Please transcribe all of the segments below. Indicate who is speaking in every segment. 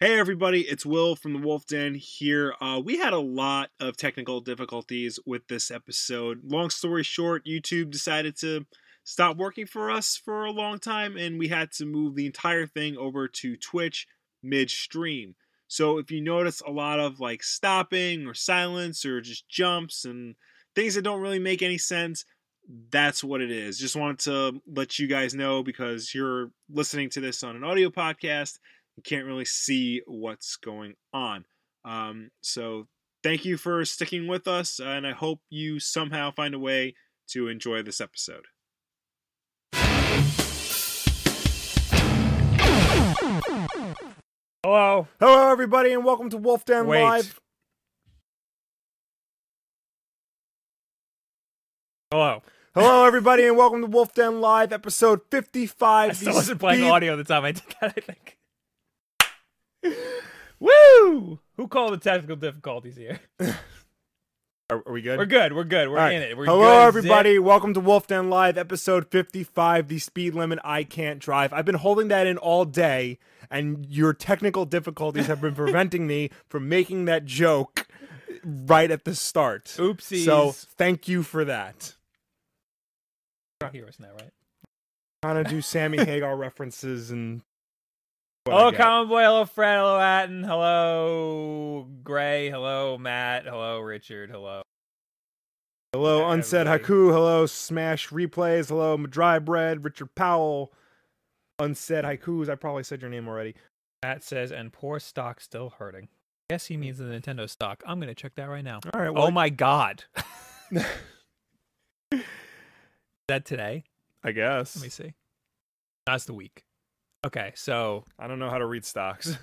Speaker 1: Hey everybody, it's Will from the Wolf Den here. Uh, we had a lot of technical difficulties with this episode. Long story short, YouTube decided to stop working for us for a long time, and we had to move the entire thing over to Twitch midstream. So if you notice a lot of like stopping or silence or just jumps and things that don't really make any sense, that's what it is. Just wanted to let you guys know because you're listening to this on an audio podcast you can't really see what's going on. Um, so thank you for sticking with us, and I hope you somehow find a way to enjoy this episode.
Speaker 2: Hello.
Speaker 3: Hello, everybody, and welcome to Wolf Den
Speaker 2: Wait.
Speaker 3: Live.
Speaker 2: Hello.
Speaker 3: Hello, everybody, and welcome to Wolf Den Live, episode 55.
Speaker 2: I still
Speaker 3: The
Speaker 2: wasn't playing
Speaker 3: speed-
Speaker 2: audio the time I did that, I think. Woo! Who called the technical difficulties here?
Speaker 3: Are, are we good?
Speaker 2: We're good. We're good. We're
Speaker 3: All right.
Speaker 2: in it. We're
Speaker 3: Hello,
Speaker 2: good as
Speaker 3: everybody.
Speaker 2: it.
Speaker 3: Welcome to Wolf Den Live, episode 55, The Speed Limit I Can't Drive. I've been holding that in all day, and your technical difficulties have been preventing me from making that joke right at the start.
Speaker 2: Oopsies.
Speaker 3: So, thank you for that.
Speaker 2: You don't hear us now, right?
Speaker 3: Trying to do Sammy Hagar references and. what I
Speaker 2: Hello,
Speaker 3: get.
Speaker 2: Common Boy. Hello, Fred. Hello, Atten. Hello, Gray. Hello, Matt. Hello, Richard. Hello.
Speaker 3: Hello,
Speaker 2: Yeah,
Speaker 3: Unsaid
Speaker 2: everybody.
Speaker 3: Haku. Hello, Smash Replays. Hello, Dry Bread. Richard Powell. Unsaid Haikus. I probably said your name already.
Speaker 2: Matt says, and poor stock still hurting. Guess he means the Nintendo stock. I'm gonna check that right now.
Speaker 3: All right.
Speaker 2: oh my god. Is that today?
Speaker 3: I guess.
Speaker 2: Let me see. That's the week. Okay, so
Speaker 3: I don't know how to read stocks.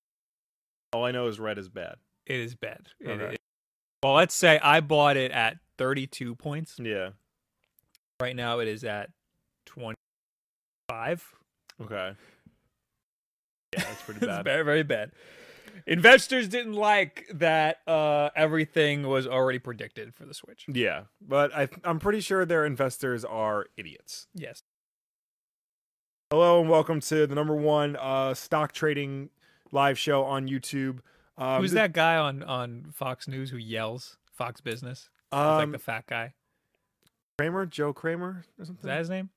Speaker 3: All I know is red is bad.
Speaker 2: it is bad. It-
Speaker 3: Okay.
Speaker 2: it- well, let's say I bought it at 32 points.
Speaker 3: Yeah.
Speaker 2: Right now it is at 25.
Speaker 3: Okay. Yeah, that's pretty
Speaker 2: it's very, very bad. Investors didn't like that uh, everything was already predicted for the Switch.
Speaker 3: yeah, but I, I'm pretty sure their investors are idiots.
Speaker 2: Yes.
Speaker 3: Hello and welcome to the number one uh, stock trading live show on YouTube. Um,
Speaker 2: Who's that guy on, on Fox News who yells Fox Business? He's like
Speaker 3: Um,
Speaker 2: the fat guy.
Speaker 3: Kramer, Joe Kramer, or
Speaker 2: Is
Speaker 3: something.
Speaker 2: that his name?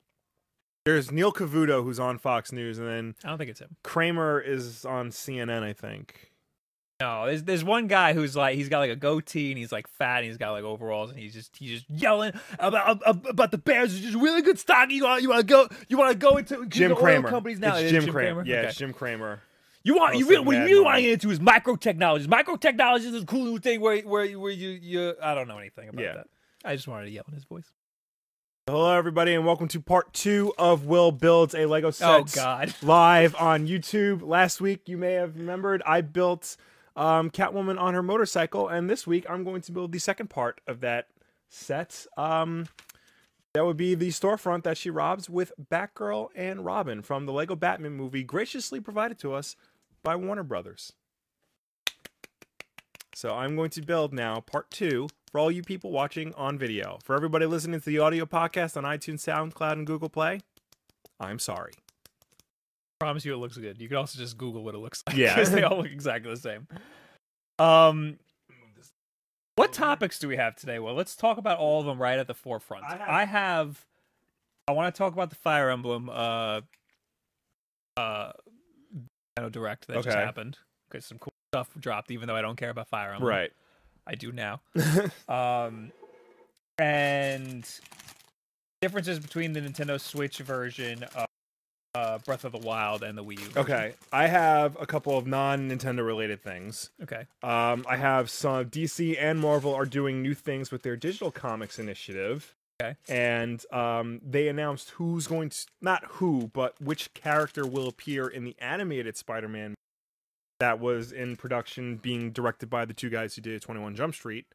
Speaker 3: There's Neil Cavuto who's on Fox News, and then
Speaker 2: I don't think it's him.
Speaker 3: Kramer is on CNN, I think.
Speaker 2: No, there's there's one guy who's like he's got like a goatee and he's like fat and he's got like overalls and he's just he's just yelling about ab- about the Bears is just really good stock. You want you want to go you want to go into
Speaker 3: Jim
Speaker 2: the oil
Speaker 3: Kramer.
Speaker 2: companies now. It
Speaker 3: It's
Speaker 2: is
Speaker 3: Jim, Kramer. Yeah,
Speaker 2: Okay.
Speaker 3: it's Jim Kramer.
Speaker 2: you want you really,
Speaker 3: posted
Speaker 2: what you
Speaker 3: Mad
Speaker 2: really want to
Speaker 3: Money.
Speaker 2: get into is microtechnologies. Microtechnologies is a cool new thing where where you- where you you I don't know anything about
Speaker 3: Yeah.
Speaker 2: that. I just wanted to yell in his voice.
Speaker 3: Hello, everybody, and welcome to part two of Will Builds a Lego Set
Speaker 2: Oh God.
Speaker 3: live on YouTube. Last week, you may have remembered, I built um, Catwoman on her motorcycle, and this week I'm going to build the second part of that set. Um, that would be the storefront that she robs with Batgirl and Robin from the Lego Batman movie, graciously provided to us by Warner Brothers. So I'm going to build now part two for all you people watching on video. For everybody listening to the audio podcast on iTunes, SoundCloud, and Google Play, I'm sorry.
Speaker 2: promise you it looks good. You could also just Google what it looks like.
Speaker 3: Yeah.
Speaker 2: because they all look exactly the same. Um, what
Speaker 3: Mm-hmm.
Speaker 2: topics do we have today? Well, let's talk about all of them right at the forefront.
Speaker 3: I have-
Speaker 2: I have, I want to talk about the Fire Emblem, uh, uh, Nintendo Direct that just
Speaker 3: Okay.
Speaker 2: happened because some cool stuff dropped. Even though I don't care about Fire Emblem,
Speaker 3: Right.
Speaker 2: I do now. um, and differences between the Nintendo Switch version of uh, Breath of the Wild and the Wii U. version.
Speaker 3: Okay, I have a couple of non Nintendo related things.
Speaker 2: Okay.
Speaker 3: Um, I have some DC and Marvel are doing new things with their digital comics initiative.
Speaker 2: Okay.
Speaker 3: And um, they announced who's going to, not who, but which character will appear in the animated Spider Man that was in production being directed by the two guys who did 21 Jump Street.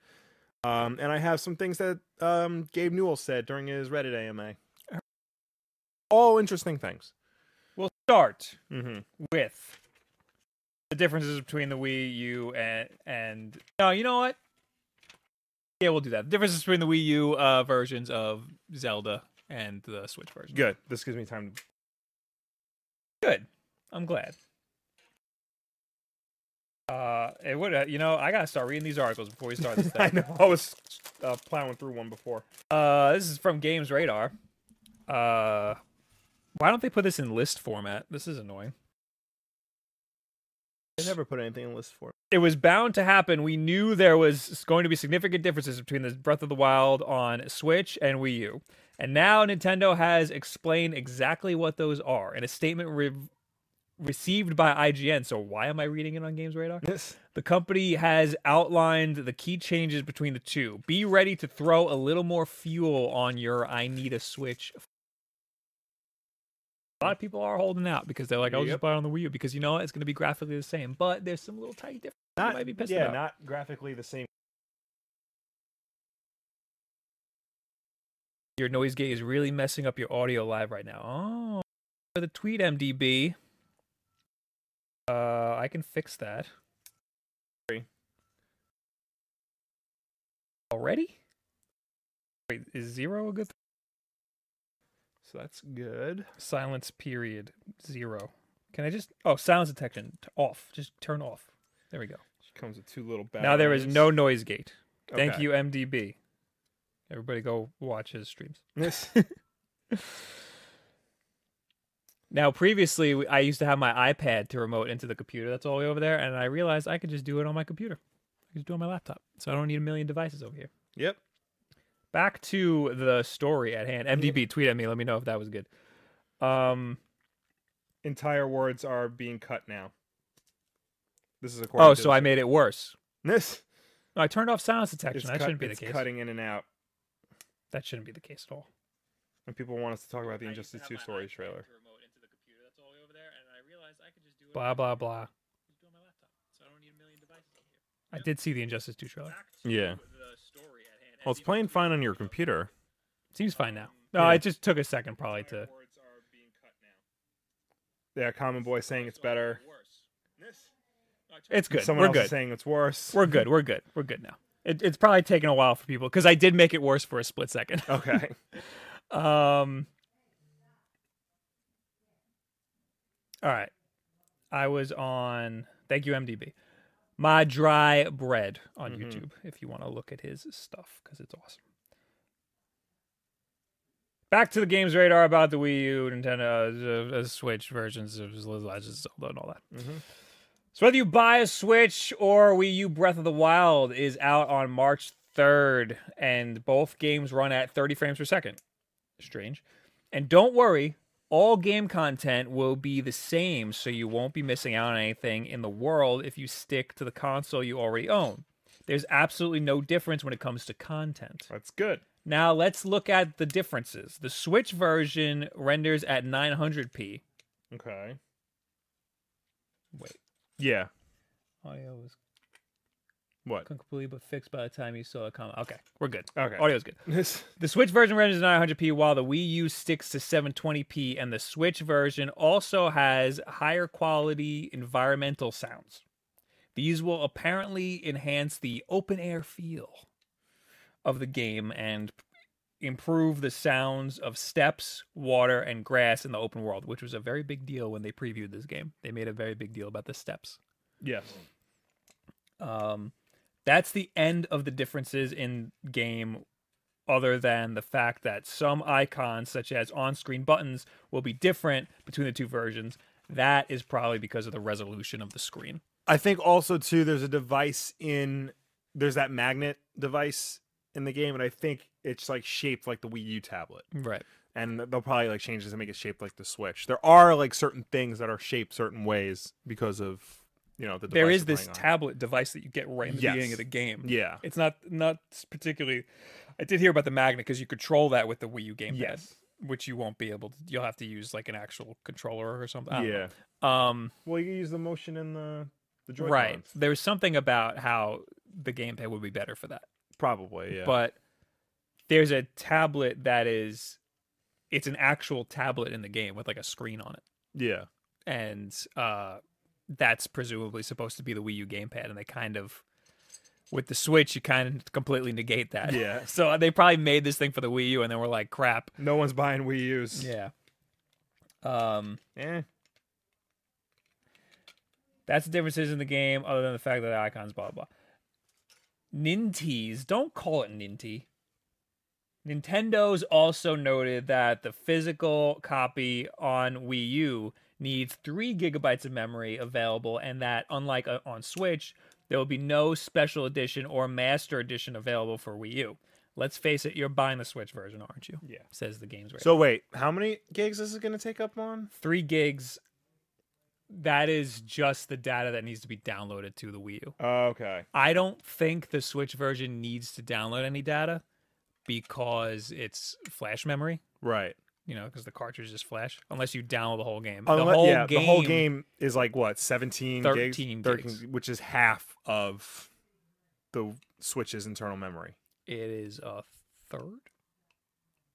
Speaker 3: Um, and I have some things that um, Gabe Newell said during his Reddit AMA. All interesting things.
Speaker 2: We'll start
Speaker 3: Mm-hmm.
Speaker 2: with the differences between the Wii U and and no, you know what? Yeah, we'll do that. The differences between the Wii U uh, versions of Zelda and the Switch version.
Speaker 3: Good. This gives me time to
Speaker 2: Good. I'm glad. It would, uh, you know, I gotta start reading these articles before we start this
Speaker 3: I
Speaker 2: thing.
Speaker 3: know. I was uh, plowing through one before.
Speaker 2: Uh, this is from Games Radar. Uh, why don't they put this in list format? This is annoying.
Speaker 3: They never put anything in list for.
Speaker 2: It was bound to happen. We knew there was going to be significant differences between the Breath of the Wild on Switch and Wii U. And now Nintendo has explained exactly what those are in a statement re- received by IGN. So why am I reading it on Games Radar?
Speaker 3: Yes.
Speaker 2: The company has outlined the key changes between the two. Be ready to throw a little more fuel on your I need a Switch. A lot of people are holding out because they're like, I'll just
Speaker 3: Yep.
Speaker 2: buy it on the Wii U because you know what? It's going to be graphically the same, but there's some little tiny differences. you
Speaker 3: Not,
Speaker 2: might be pissed
Speaker 3: yeah,
Speaker 2: about.
Speaker 3: not graphically the same.
Speaker 2: Your noise gate is really messing up your audio live right now. Oh, for the tweet MDB. Uh, I can fix that.
Speaker 3: Sorry.
Speaker 2: Already? Wait, is zero a good
Speaker 3: So that's good.
Speaker 2: silence period zero. Can I just oh silence detection t- off? Just turn off. There we go.
Speaker 3: She comes with two little bad.
Speaker 2: now there is
Speaker 3: rings.
Speaker 2: no noise gate. Thank
Speaker 3: Okay.
Speaker 2: you MDB. Everybody go watch his streams.
Speaker 3: Yes.
Speaker 2: Now previously we- I used to have my iPad to remote into the computer. That's all the way over there, and I realized I could just do it on my computer. I could just do it on my laptop, so I don't need a million devices over here.
Speaker 3: Yep.
Speaker 2: back to the story at hand. MDB, tweet at me. Let me know if that was good. Um.
Speaker 3: Entire words are being cut now. This is according.
Speaker 2: Oh,
Speaker 3: to
Speaker 2: so I made it worse.
Speaker 3: This
Speaker 2: No, I turned off silence
Speaker 3: is
Speaker 2: detection. That
Speaker 3: cut-
Speaker 2: shouldn't be the
Speaker 3: it's
Speaker 2: case.
Speaker 3: cutting in and out.
Speaker 2: That shouldn't be the case at all.
Speaker 3: And people want us to talk about the Injustice 2 story trailer.
Speaker 2: Blah blah blah. I did see the Injustice 2 trailer.
Speaker 3: Yeah. Well, it's playing fine on your computer.
Speaker 2: Seems fine now. No,
Speaker 3: Yeah.
Speaker 2: it just took a second probably to.
Speaker 3: Yeah, Common Boy saying it's better.
Speaker 2: It's good.
Speaker 3: Someone
Speaker 2: We're
Speaker 3: else
Speaker 2: good.
Speaker 3: is saying it's worse.
Speaker 2: We're good. We're good. We're good now. It, it's probably taken a while for people because I did make it worse for a split second.
Speaker 3: okay.
Speaker 2: Um. All right. I was on. Thank you, MDB. My dry bread on
Speaker 3: Mhm.
Speaker 2: YouTube. If you want to look at his stuff, because it's awesome. Back to the games radar about the Wii U, Nintendo, uh, uh, Switch versions of Legends of Zelda and all that.
Speaker 3: Mhm.
Speaker 2: So whether you buy a Switch or Wii U, Breath of the Wild is out on March 3rd, and both games run at 30 frames per second. Strange. And don't worry, all game content will be the same, so you won't be missing out on anything in the world if you stick to the console you already own. There's absolutely no difference when it comes to content.
Speaker 3: That's good.
Speaker 2: Now let's look at the differences. The Switch version renders at 900p.
Speaker 3: Okay.
Speaker 2: Wait,
Speaker 3: Yeah.
Speaker 2: audio was
Speaker 3: What?
Speaker 2: completely but fixed by the time you saw it come. Okay, we're good.
Speaker 3: Okay.
Speaker 2: Audio's good.
Speaker 3: This.
Speaker 2: The Switch version renders 900p, while the Wii U sticks to 720p, and the Switch version also has higher quality environmental sounds. These will apparently enhance the open air feel of the game and improve the sounds of steps, water, and grass in the open world, which was a very big deal when they previewed this game. They made a very big deal about the steps.
Speaker 3: Yes.
Speaker 2: Um, that's the end of the differences in game, other than the fact that some icons, such as on screen buttons, will be different between the two versions. That is probably because of the resolution of the screen.
Speaker 3: I think also too there's a device in there's that magnet device in the game and I think it's like shaped like the Wii U tablet.
Speaker 2: Right.
Speaker 3: And they'll probably like change this and make it shaped like the Switch. There are like certain things that are shaped certain ways because of you know the device
Speaker 2: There is
Speaker 3: you're
Speaker 2: this
Speaker 3: playing on.
Speaker 2: tablet device that you get right in the
Speaker 3: Yes.
Speaker 2: beginning of the game.
Speaker 3: Yeah.
Speaker 2: It's not not particularly. I did hear about the magnet because you control that with the Wii U gamepad,
Speaker 3: Yes.
Speaker 2: which you won't be able to. You'll have to use like an actual controller or something. I don't know.
Speaker 3: Yeah.
Speaker 2: Um.
Speaker 3: Well, you use the motion in the the joy
Speaker 2: Right. There was something about how the gamepad would be better for that.
Speaker 3: Probably, yeah.
Speaker 2: But there's a tablet that is it's an actual tablet in the game with like a screen on it.
Speaker 3: yeah.
Speaker 2: And uh that's presumably supposed to be the Wii U gamepad and they kind of with the Switch you kind of completely negate that.
Speaker 3: Yeah.
Speaker 2: so uh, they probably made this thing for the Wii U and then we're like crap.
Speaker 3: No one's buying Wii U's.
Speaker 2: Yeah. Um
Speaker 3: Eh.
Speaker 2: That's the differences in the game, other than the fact that icons, blah blah. blah. Ninties, don't call it Ninty. Nintendo's also noted that the physical copy on Wii U needs three gigabytes of memory available, and that unlike uh, on Switch, there will be no special edition or master edition available for Wii U. Let's face it, you're buying the Switch version, aren't you?
Speaker 3: Yeah.
Speaker 2: Says the game's rating.
Speaker 3: So wait, how many gigs is it going to take up on?
Speaker 2: three gigs. That is just the data that needs to be downloaded to the Wii U.
Speaker 3: Okay.
Speaker 2: I don't think the Switch version needs to download any data because it's flash memory,
Speaker 3: Right.
Speaker 2: you know, because the cartridge is flash, unless you download the whole game.
Speaker 3: Unle-
Speaker 2: the whole
Speaker 3: yeah,
Speaker 2: game.
Speaker 3: the whole game is like what, 17
Speaker 2: 13
Speaker 3: gigs,
Speaker 2: gigs.
Speaker 3: which is half of the Switch's internal memory.
Speaker 2: It is a third.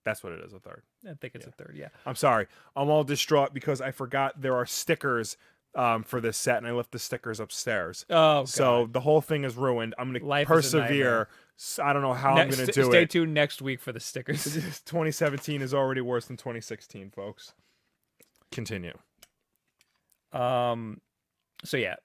Speaker 3: That's what it is, a third.
Speaker 2: I think it's a third, yeah.
Speaker 3: I'm sorry. I'm all distraught because I forgot there are stickers um, for this set and I left the stickers upstairs.
Speaker 2: Oh,
Speaker 3: So the whole thing is ruined. I'm going to
Speaker 2: Life is a nightmare.
Speaker 3: persevere. S- I don't know how I'm going to do
Speaker 2: Stay
Speaker 3: it.
Speaker 2: tuned next week for the stickers.
Speaker 3: 2017 is already worse than 2016, folks. Continue.
Speaker 2: Um, so yeah,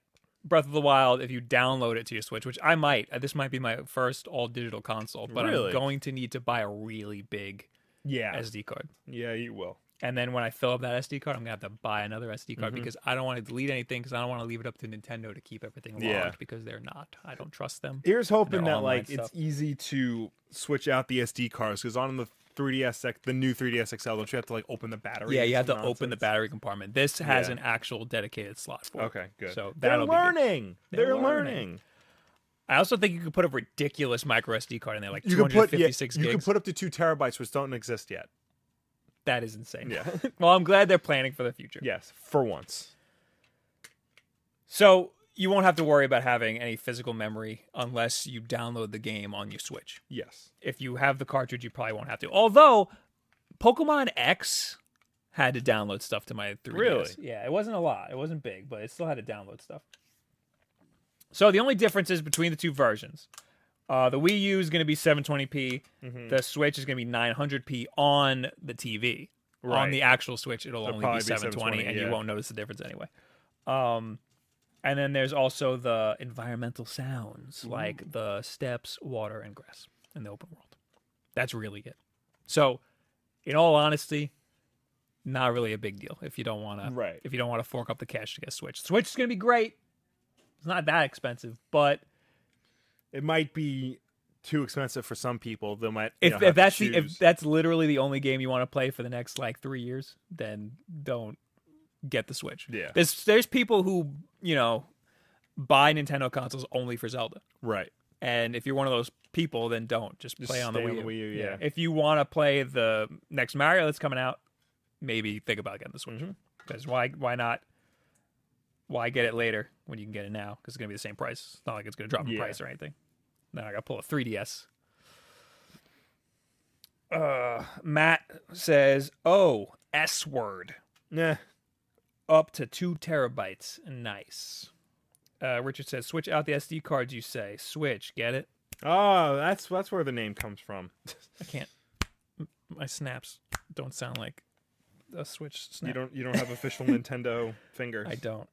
Speaker 2: Breath of the Wild. If you download it to your Switch, which I might, uh, this might be my first all digital console, but
Speaker 3: Really?
Speaker 2: I'm going to need to buy a really big
Speaker 3: Yeah.
Speaker 2: SD card.
Speaker 3: yeah, you will.
Speaker 2: And then when I fill up that SD card, I'm gonna have to buy another SD card
Speaker 3: Mhm.
Speaker 2: because I don't want to delete anything because I don't want to leave it up to Nintendo to keep everything logged
Speaker 3: Yeah.
Speaker 2: because they're not. I don't trust them.
Speaker 3: Here's hoping
Speaker 2: Their
Speaker 3: that
Speaker 2: online
Speaker 3: like
Speaker 2: stuff.
Speaker 3: it's easy to switch out the SD cards because on the 3ds, X- the new 3ds XL, don't you have to like open the battery?
Speaker 2: yeah,
Speaker 3: and
Speaker 2: you have to
Speaker 3: some
Speaker 2: open the
Speaker 3: nonsense?
Speaker 2: battery compartment. This has
Speaker 3: Yeah.
Speaker 2: an actual dedicated slot for. it.
Speaker 3: Okay, good.
Speaker 2: So
Speaker 3: they're
Speaker 2: that'll be good.
Speaker 3: learning.
Speaker 2: They're
Speaker 3: They're,
Speaker 2: learning.
Speaker 3: learning.
Speaker 2: I also think you could put a ridiculous micro SD card in there, like
Speaker 3: You can put yeah,
Speaker 2: 256
Speaker 3: you can
Speaker 2: gigs.
Speaker 3: put up to two terabytes, which don't exist yet.
Speaker 2: that is insane.
Speaker 3: Yeah.
Speaker 2: well, I'm glad they're planning for the future.
Speaker 3: yes, for once.
Speaker 2: So you won't have to worry about having any physical memory unless you download the game on your Switch.
Speaker 3: Yes.
Speaker 2: If you have the cartridge, you probably won't have to. Although Pokemon X had to download stuff to my 3DS.
Speaker 3: Really?
Speaker 2: Yeah, it wasn't a lot. It wasn't big, but it still had to download stuff. So the only difference is between the two versions. Uh, the Wii U is going to be 720p. The Switch is going to be 900p on the TV. On
Speaker 3: Right.
Speaker 2: the actual Switch, it'll
Speaker 3: It'll
Speaker 2: only be
Speaker 3: probably be
Speaker 2: 720,
Speaker 3: 720,
Speaker 2: and you
Speaker 3: yeah.
Speaker 2: won't notice the difference anyway. Um, and then there's also the environmental sounds, like the steps, water, and grass in the open world. That's really it. So, in all honesty, not really a big deal if you don't want to.
Speaker 3: Right.
Speaker 2: If you don't want to fork up the cash to get a Switch, Switch is going to be great. It's not that expensive, but
Speaker 3: It might be too expensive for some people. They might. you
Speaker 2: if,
Speaker 3: know, have
Speaker 2: if
Speaker 3: to
Speaker 2: that's the, if
Speaker 3: choose.
Speaker 2: that's literally the only game you want to play for the next like three years, then don't get the Switch.
Speaker 3: Yeah.
Speaker 2: There's there's people who you know buy Nintendo consoles only for Zelda,
Speaker 3: right,
Speaker 2: and if you're one of those people, then don't just
Speaker 3: Just
Speaker 2: play on the,
Speaker 3: stay
Speaker 2: Wii
Speaker 3: on
Speaker 2: U.
Speaker 3: the Wii U, yeah.
Speaker 2: If you want to play the next Mario that's coming out, maybe think about getting the Switch
Speaker 3: Mm-hmm.
Speaker 2: because why why not? Why get it later when you can get it now? Because it's gonna be the same price. It's not like it's gonna drop in
Speaker 3: Yeah.
Speaker 2: price or anything. Now I gotta pull a 3DS. Uh, Matt says, "Oh, S word,
Speaker 3: yeah,
Speaker 2: up to two terabytes. Nice." Uh, Richard says, "Switch out the SD cards." You say, "Switch, get it."
Speaker 3: oh, that's that's where the name comes from.
Speaker 2: I can't. M- My snaps don't sound like a Switch snap.
Speaker 3: You don't you don't have official Nintendo fingers.
Speaker 2: I don't.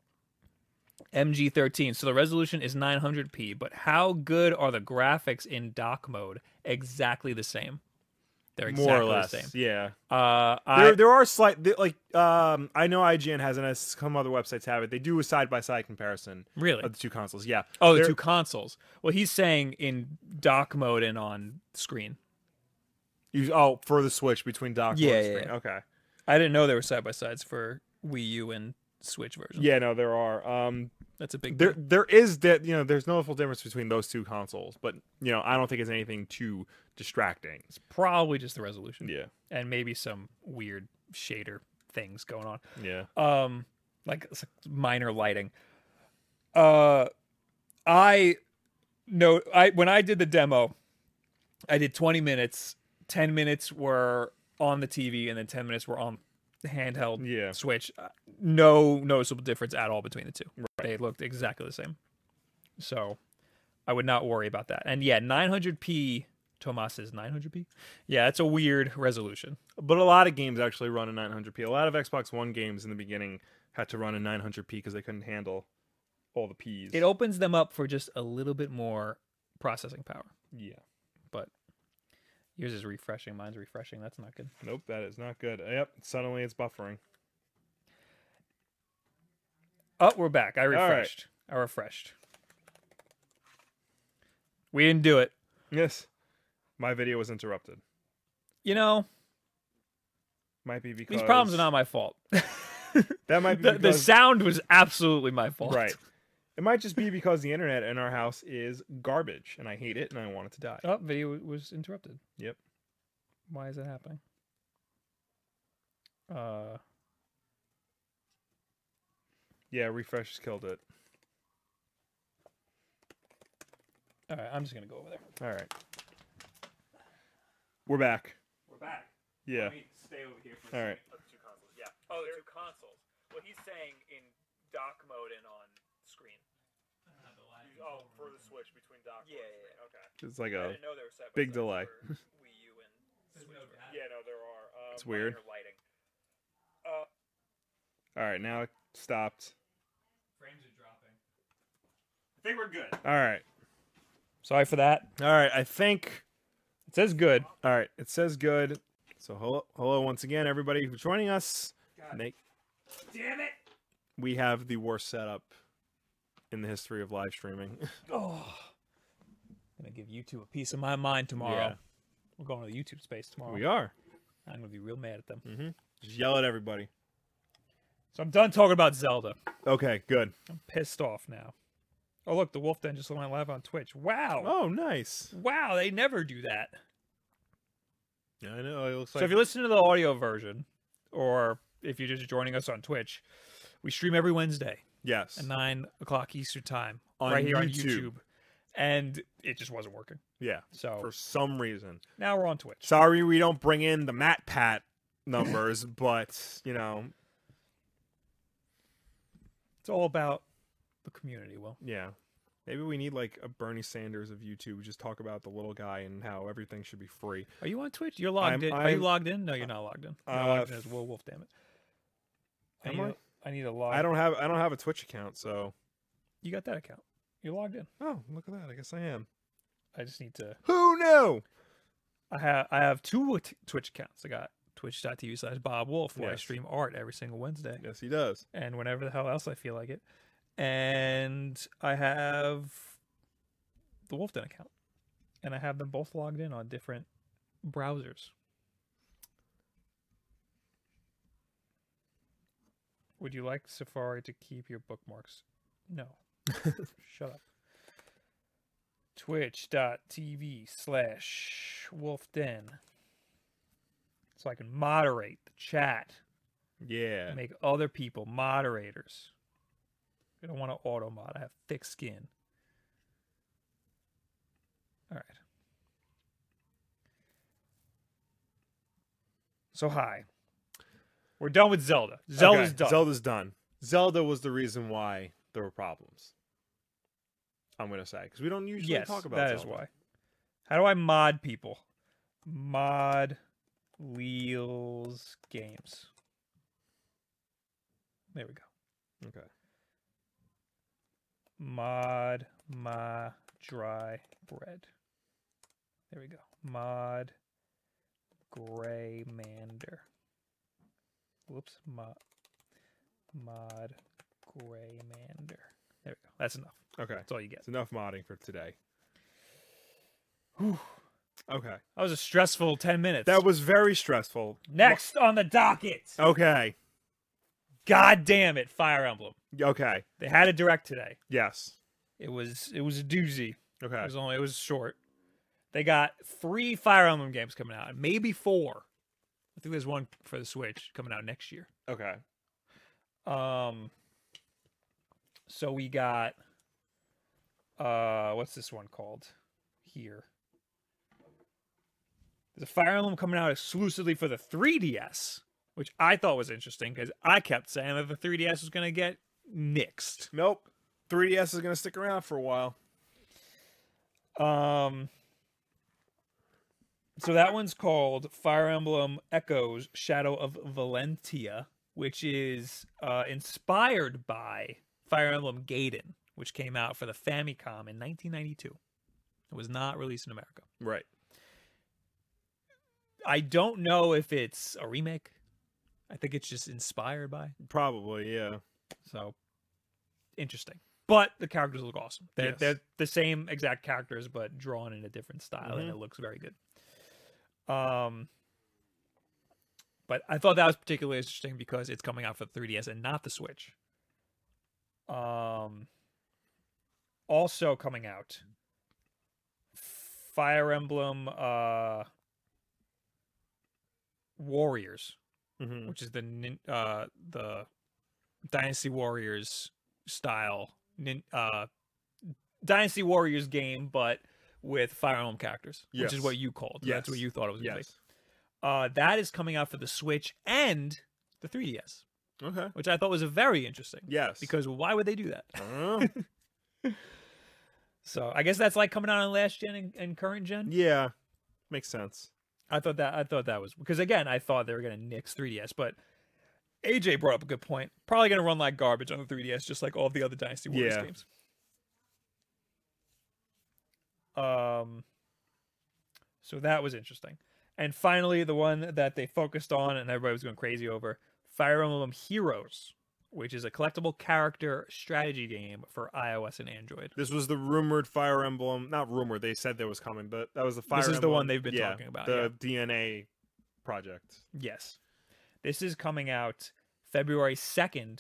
Speaker 2: MG13. So the resolution is 900p, but how good are the graphics in dock mode? Exactly the same. They're exactly
Speaker 3: More or less,
Speaker 2: the same.
Speaker 3: yeah.
Speaker 2: Uh,
Speaker 3: There,
Speaker 2: I,
Speaker 3: there are slight th- like um, I know IGN has it, and some other websites have it. They do a side by side comparison
Speaker 2: really?
Speaker 3: of the two consoles. Yeah.
Speaker 2: Oh, the
Speaker 3: There-
Speaker 2: two consoles. Well, he's saying in dock mode and on screen.
Speaker 3: You, oh, for the switch between dock
Speaker 2: Yeah,
Speaker 3: and
Speaker 2: yeah,
Speaker 3: screen.
Speaker 2: yeah.
Speaker 3: Okay.
Speaker 2: I didn't know there were side by sides for Wii U and Switch version.
Speaker 3: Yeah, no, there are. Um,
Speaker 2: that's a big.
Speaker 3: there
Speaker 2: deal.
Speaker 3: there is that you know there's no full difference between those two consoles, but you know I don't think it's anything too distracting.
Speaker 2: It's probably just the resolution
Speaker 3: Yeah.
Speaker 2: and maybe some weird shader things going on.
Speaker 3: Yeah.
Speaker 2: um like s- minor lighting uh i no i when i did the demo i did 20 minutes 10 minutes were on the tv and then 10 minutes were on the handheld
Speaker 3: Yeah.
Speaker 2: switch Uh, no noticeable difference at all between the two they looked exactly the same so i would not worry about that and yeah 900p tomas is 900p yeah it's a weird resolution
Speaker 3: But a lot of games actually run in 900p. A lot of Xbox One games in the beginning had to run in 900p because they couldn't handle all the P's.
Speaker 2: It opens them up for just a little bit more processing power.
Speaker 3: yeah.
Speaker 2: Yours is refreshing, mine's refreshing. That's not good.
Speaker 3: Nope, that is not good. Yep, suddenly it's buffering.
Speaker 2: Oh, we're back. I
Speaker 3: right.
Speaker 2: refreshed. I refreshed. We didn't do it.
Speaker 3: Yes. My video was interrupted.
Speaker 2: You know,
Speaker 3: Might be because
Speaker 2: these problems are not my fault.
Speaker 3: That might be
Speaker 2: the, the
Speaker 3: because,
Speaker 2: sound was absolutely my fault.
Speaker 3: right. It might just be because the internet in our house is garbage, and I hate it, and I want it to die.
Speaker 2: Oh, video w- was interrupted.
Speaker 3: Yep.
Speaker 2: Why is that happening? Uh,
Speaker 3: Yeah, refresh has killed it.
Speaker 2: all right. I'm just gonna go over there.
Speaker 3: All right, we're back.
Speaker 2: We're back.
Speaker 3: Yeah,
Speaker 2: me stay over here. For
Speaker 3: All right.
Speaker 2: Put the two consoles. Yeah. Oh, the two consoles. Well, he's saying in dock mode and on screen.
Speaker 4: Oh, for the switch between dock.
Speaker 2: Uh, Yeah, yeah, yeah.
Speaker 4: Okay.
Speaker 3: it's like a
Speaker 2: know there were separate.
Speaker 3: Big delay.
Speaker 2: Wii U and
Speaker 4: Yeah, no, there are. Um,
Speaker 2: uh,
Speaker 3: It's weird.
Speaker 4: minor Lighting.
Speaker 3: All right, now it stopped.
Speaker 2: Frames are dropping.
Speaker 4: I think we're good.
Speaker 3: All right,
Speaker 2: Sorry for that.
Speaker 3: all right. I think.
Speaker 2: It says good.
Speaker 3: All right, it says good. So hello, hello once again, everybody for joining us. Nate,
Speaker 4: Damn it!
Speaker 3: we have the worst setup in the history of live streaming.
Speaker 2: Oh. Gonna give YouTube a piece of my mind tomorrow.
Speaker 3: Yeah.
Speaker 2: We're going to the YouTube space tomorrow.
Speaker 3: we are.
Speaker 2: I'm gonna be real mad at them.
Speaker 3: Just yell at everybody.
Speaker 2: So I'm done talking about Zelda.
Speaker 3: Okay, good.
Speaker 2: I'm pissed off now. Oh look, the Wolf Den just went live on Twitch. Wow.
Speaker 3: Oh, nice.
Speaker 2: Wow, they never do that.
Speaker 3: I know. It looks
Speaker 2: so if you listen to the audio version, or if you're just joining us on Twitch, we stream every Wednesday
Speaker 3: yes.
Speaker 2: at nine o'clock Eastern time,
Speaker 3: On
Speaker 2: right here on
Speaker 3: YouTube.
Speaker 2: YouTube, and it just wasn't working.
Speaker 3: Yeah.
Speaker 2: So
Speaker 3: For some reason.
Speaker 2: now we're on Twitch.
Speaker 3: Sorry we don't bring in the Matt Pat numbers, but you know,
Speaker 2: It's all about the community. Well,
Speaker 3: yeah. Maybe we need like a Bernie Sanders of YouTube. Just talk about the little guy and how everything should be free.
Speaker 2: are you on Twitch? You're logged
Speaker 3: I'm-
Speaker 2: in. Are you
Speaker 3: I'm-
Speaker 2: logged in? No, you're not logged in. You're not
Speaker 3: Uh,
Speaker 2: logged in as Will Wolf. Damn it. I
Speaker 3: Am
Speaker 2: need,
Speaker 3: I?
Speaker 2: a- I need a log.
Speaker 3: I don't have I don't have a Twitch account, so
Speaker 2: You got that account. You're logged in.
Speaker 3: oh look at that. I guess I am.
Speaker 2: I just need to.
Speaker 3: Who knew?
Speaker 2: I have I have two t- Twitch accounts. I got twitch.tv slash Bob Wolf where I
Speaker 3: Yes.
Speaker 2: stream art every single Wednesday.
Speaker 3: Yes, he does.
Speaker 2: and whenever the hell else I feel like it. And I have the Wolf Den account, and I have them both logged in on different browsers. Would you like Safari to keep your bookmarks? No. Shut up. Twitch.tv slash Wolf Den. So I can moderate the chat
Speaker 3: Yeah.
Speaker 2: make other people moderators. I don't want to auto mod. I have thick skin. All right. So hi. We're done with Zelda. Zelda's
Speaker 3: Okay,
Speaker 2: done.
Speaker 3: Zelda's done. Zelda was the reason why there were problems. I'm gonna say because we don't usually
Speaker 2: yes,
Speaker 3: talk about
Speaker 2: that is
Speaker 3: Zelda.
Speaker 2: why. How do I mod people? Mod Leals games. There we go.
Speaker 3: Okay.
Speaker 2: mod my dry bread. There we go. Mod gray mander. Whoops. Mod mod gray mander. There we go. That's enough.
Speaker 3: Okay.
Speaker 2: That's all you get.
Speaker 3: It's enough modding for today.
Speaker 2: Whew.
Speaker 3: Okay.
Speaker 2: That was a stressful ten minutes.
Speaker 3: That Oh. was very stressful.
Speaker 2: next on the docket.
Speaker 3: Okay.
Speaker 2: God damn it, Fire Emblem.
Speaker 3: Okay.
Speaker 2: They had a direct today.
Speaker 3: Yes.
Speaker 2: It was it was a doozy. It
Speaker 3: Okay.
Speaker 2: was only it was short. They got three Fire Emblem games coming out, maybe four. I think there's one for the Switch coming out next year.
Speaker 3: Okay.
Speaker 2: Um, so we got uh, what's this one called? Here, there's a Fire Emblem coming out exclusively for the 3DS, which I thought was interesting because I kept saying that the 3DS was gonna get nixed.
Speaker 3: Nope. 3DS is gonna stick around for a while.
Speaker 2: Um, so that one's called Fire Emblem Echoes: Shadow of Valentia, which is uh, inspired by Fire Emblem Gaiden, which came out for the Famicom in 1992. It was not released in America.
Speaker 3: Right.
Speaker 2: I don't know if it's a remake. I think it's just inspired by.
Speaker 3: Probably, yeah.
Speaker 2: So interesting. But the characters look awesome. They're,
Speaker 3: Yes.
Speaker 2: they're the same exact characters, but drawn in a different style, and
Speaker 3: Mhm.
Speaker 2: it looks very good. Um, but I thought that was particularly interesting because it's coming out for 3DS and not the Switch. Um, also coming out, Fire Emblem uh, Warriors
Speaker 3: Mm-hmm.
Speaker 2: which is the nin- uh the Dynasty Warriors style nin- uh Dynasty Warriors game, but with Fire Emblem characters, which is
Speaker 3: Yes.
Speaker 2: what you called. That's what
Speaker 3: Yes.
Speaker 2: you thought it was. Gonna be.
Speaker 3: Yes.
Speaker 2: Uh, that is coming out for the Switch and the 3DS,
Speaker 3: Okay.
Speaker 2: which I thought was very interesting.
Speaker 3: Yes.
Speaker 2: Because why would they do that?
Speaker 3: I don't know.
Speaker 2: So I guess that's like coming out on last gen and, and current gen.
Speaker 3: yeah. Makes sense.
Speaker 2: I thought that I thought that was because again I thought they were gonna nix 3ds, but AJ brought up a good point. Probably gonna run like garbage on the 3ds, just like all the other Dynasty Warriors
Speaker 3: Yeah.
Speaker 2: games. Um, so that was interesting. And finally, the one that they focused on and everybody was going crazy over, Fire Emblem Heroes, which is a collectible character strategy game for iOS and Android.
Speaker 3: This was the rumored Fire Emblem. Not rumored. They said that was coming, but that was the Fire.
Speaker 2: is the
Speaker 3: Emblem-
Speaker 2: one they've been
Speaker 3: yeah,
Speaker 2: talking about,
Speaker 3: The DNA project.
Speaker 2: Yes. This is coming out February 2nd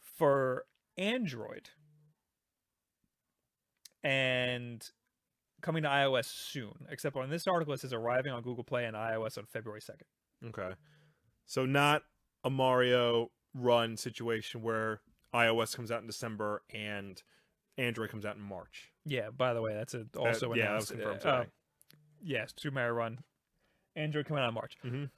Speaker 2: for Android and coming to iOS soon. Except on this article, it says arriving on Google Play and iOS on February 2nd.
Speaker 3: Okay. So not a Mario Run situation where iOS comes out in December and Android comes out in March.
Speaker 2: Yeah, by the way, that's a,
Speaker 3: That-
Speaker 2: also
Speaker 3: yeah, that
Speaker 2: announced.
Speaker 3: was confirmed
Speaker 2: uh,
Speaker 3: today.
Speaker 2: yes, Super Mario Run. Android coming out in March.
Speaker 3: Mhm.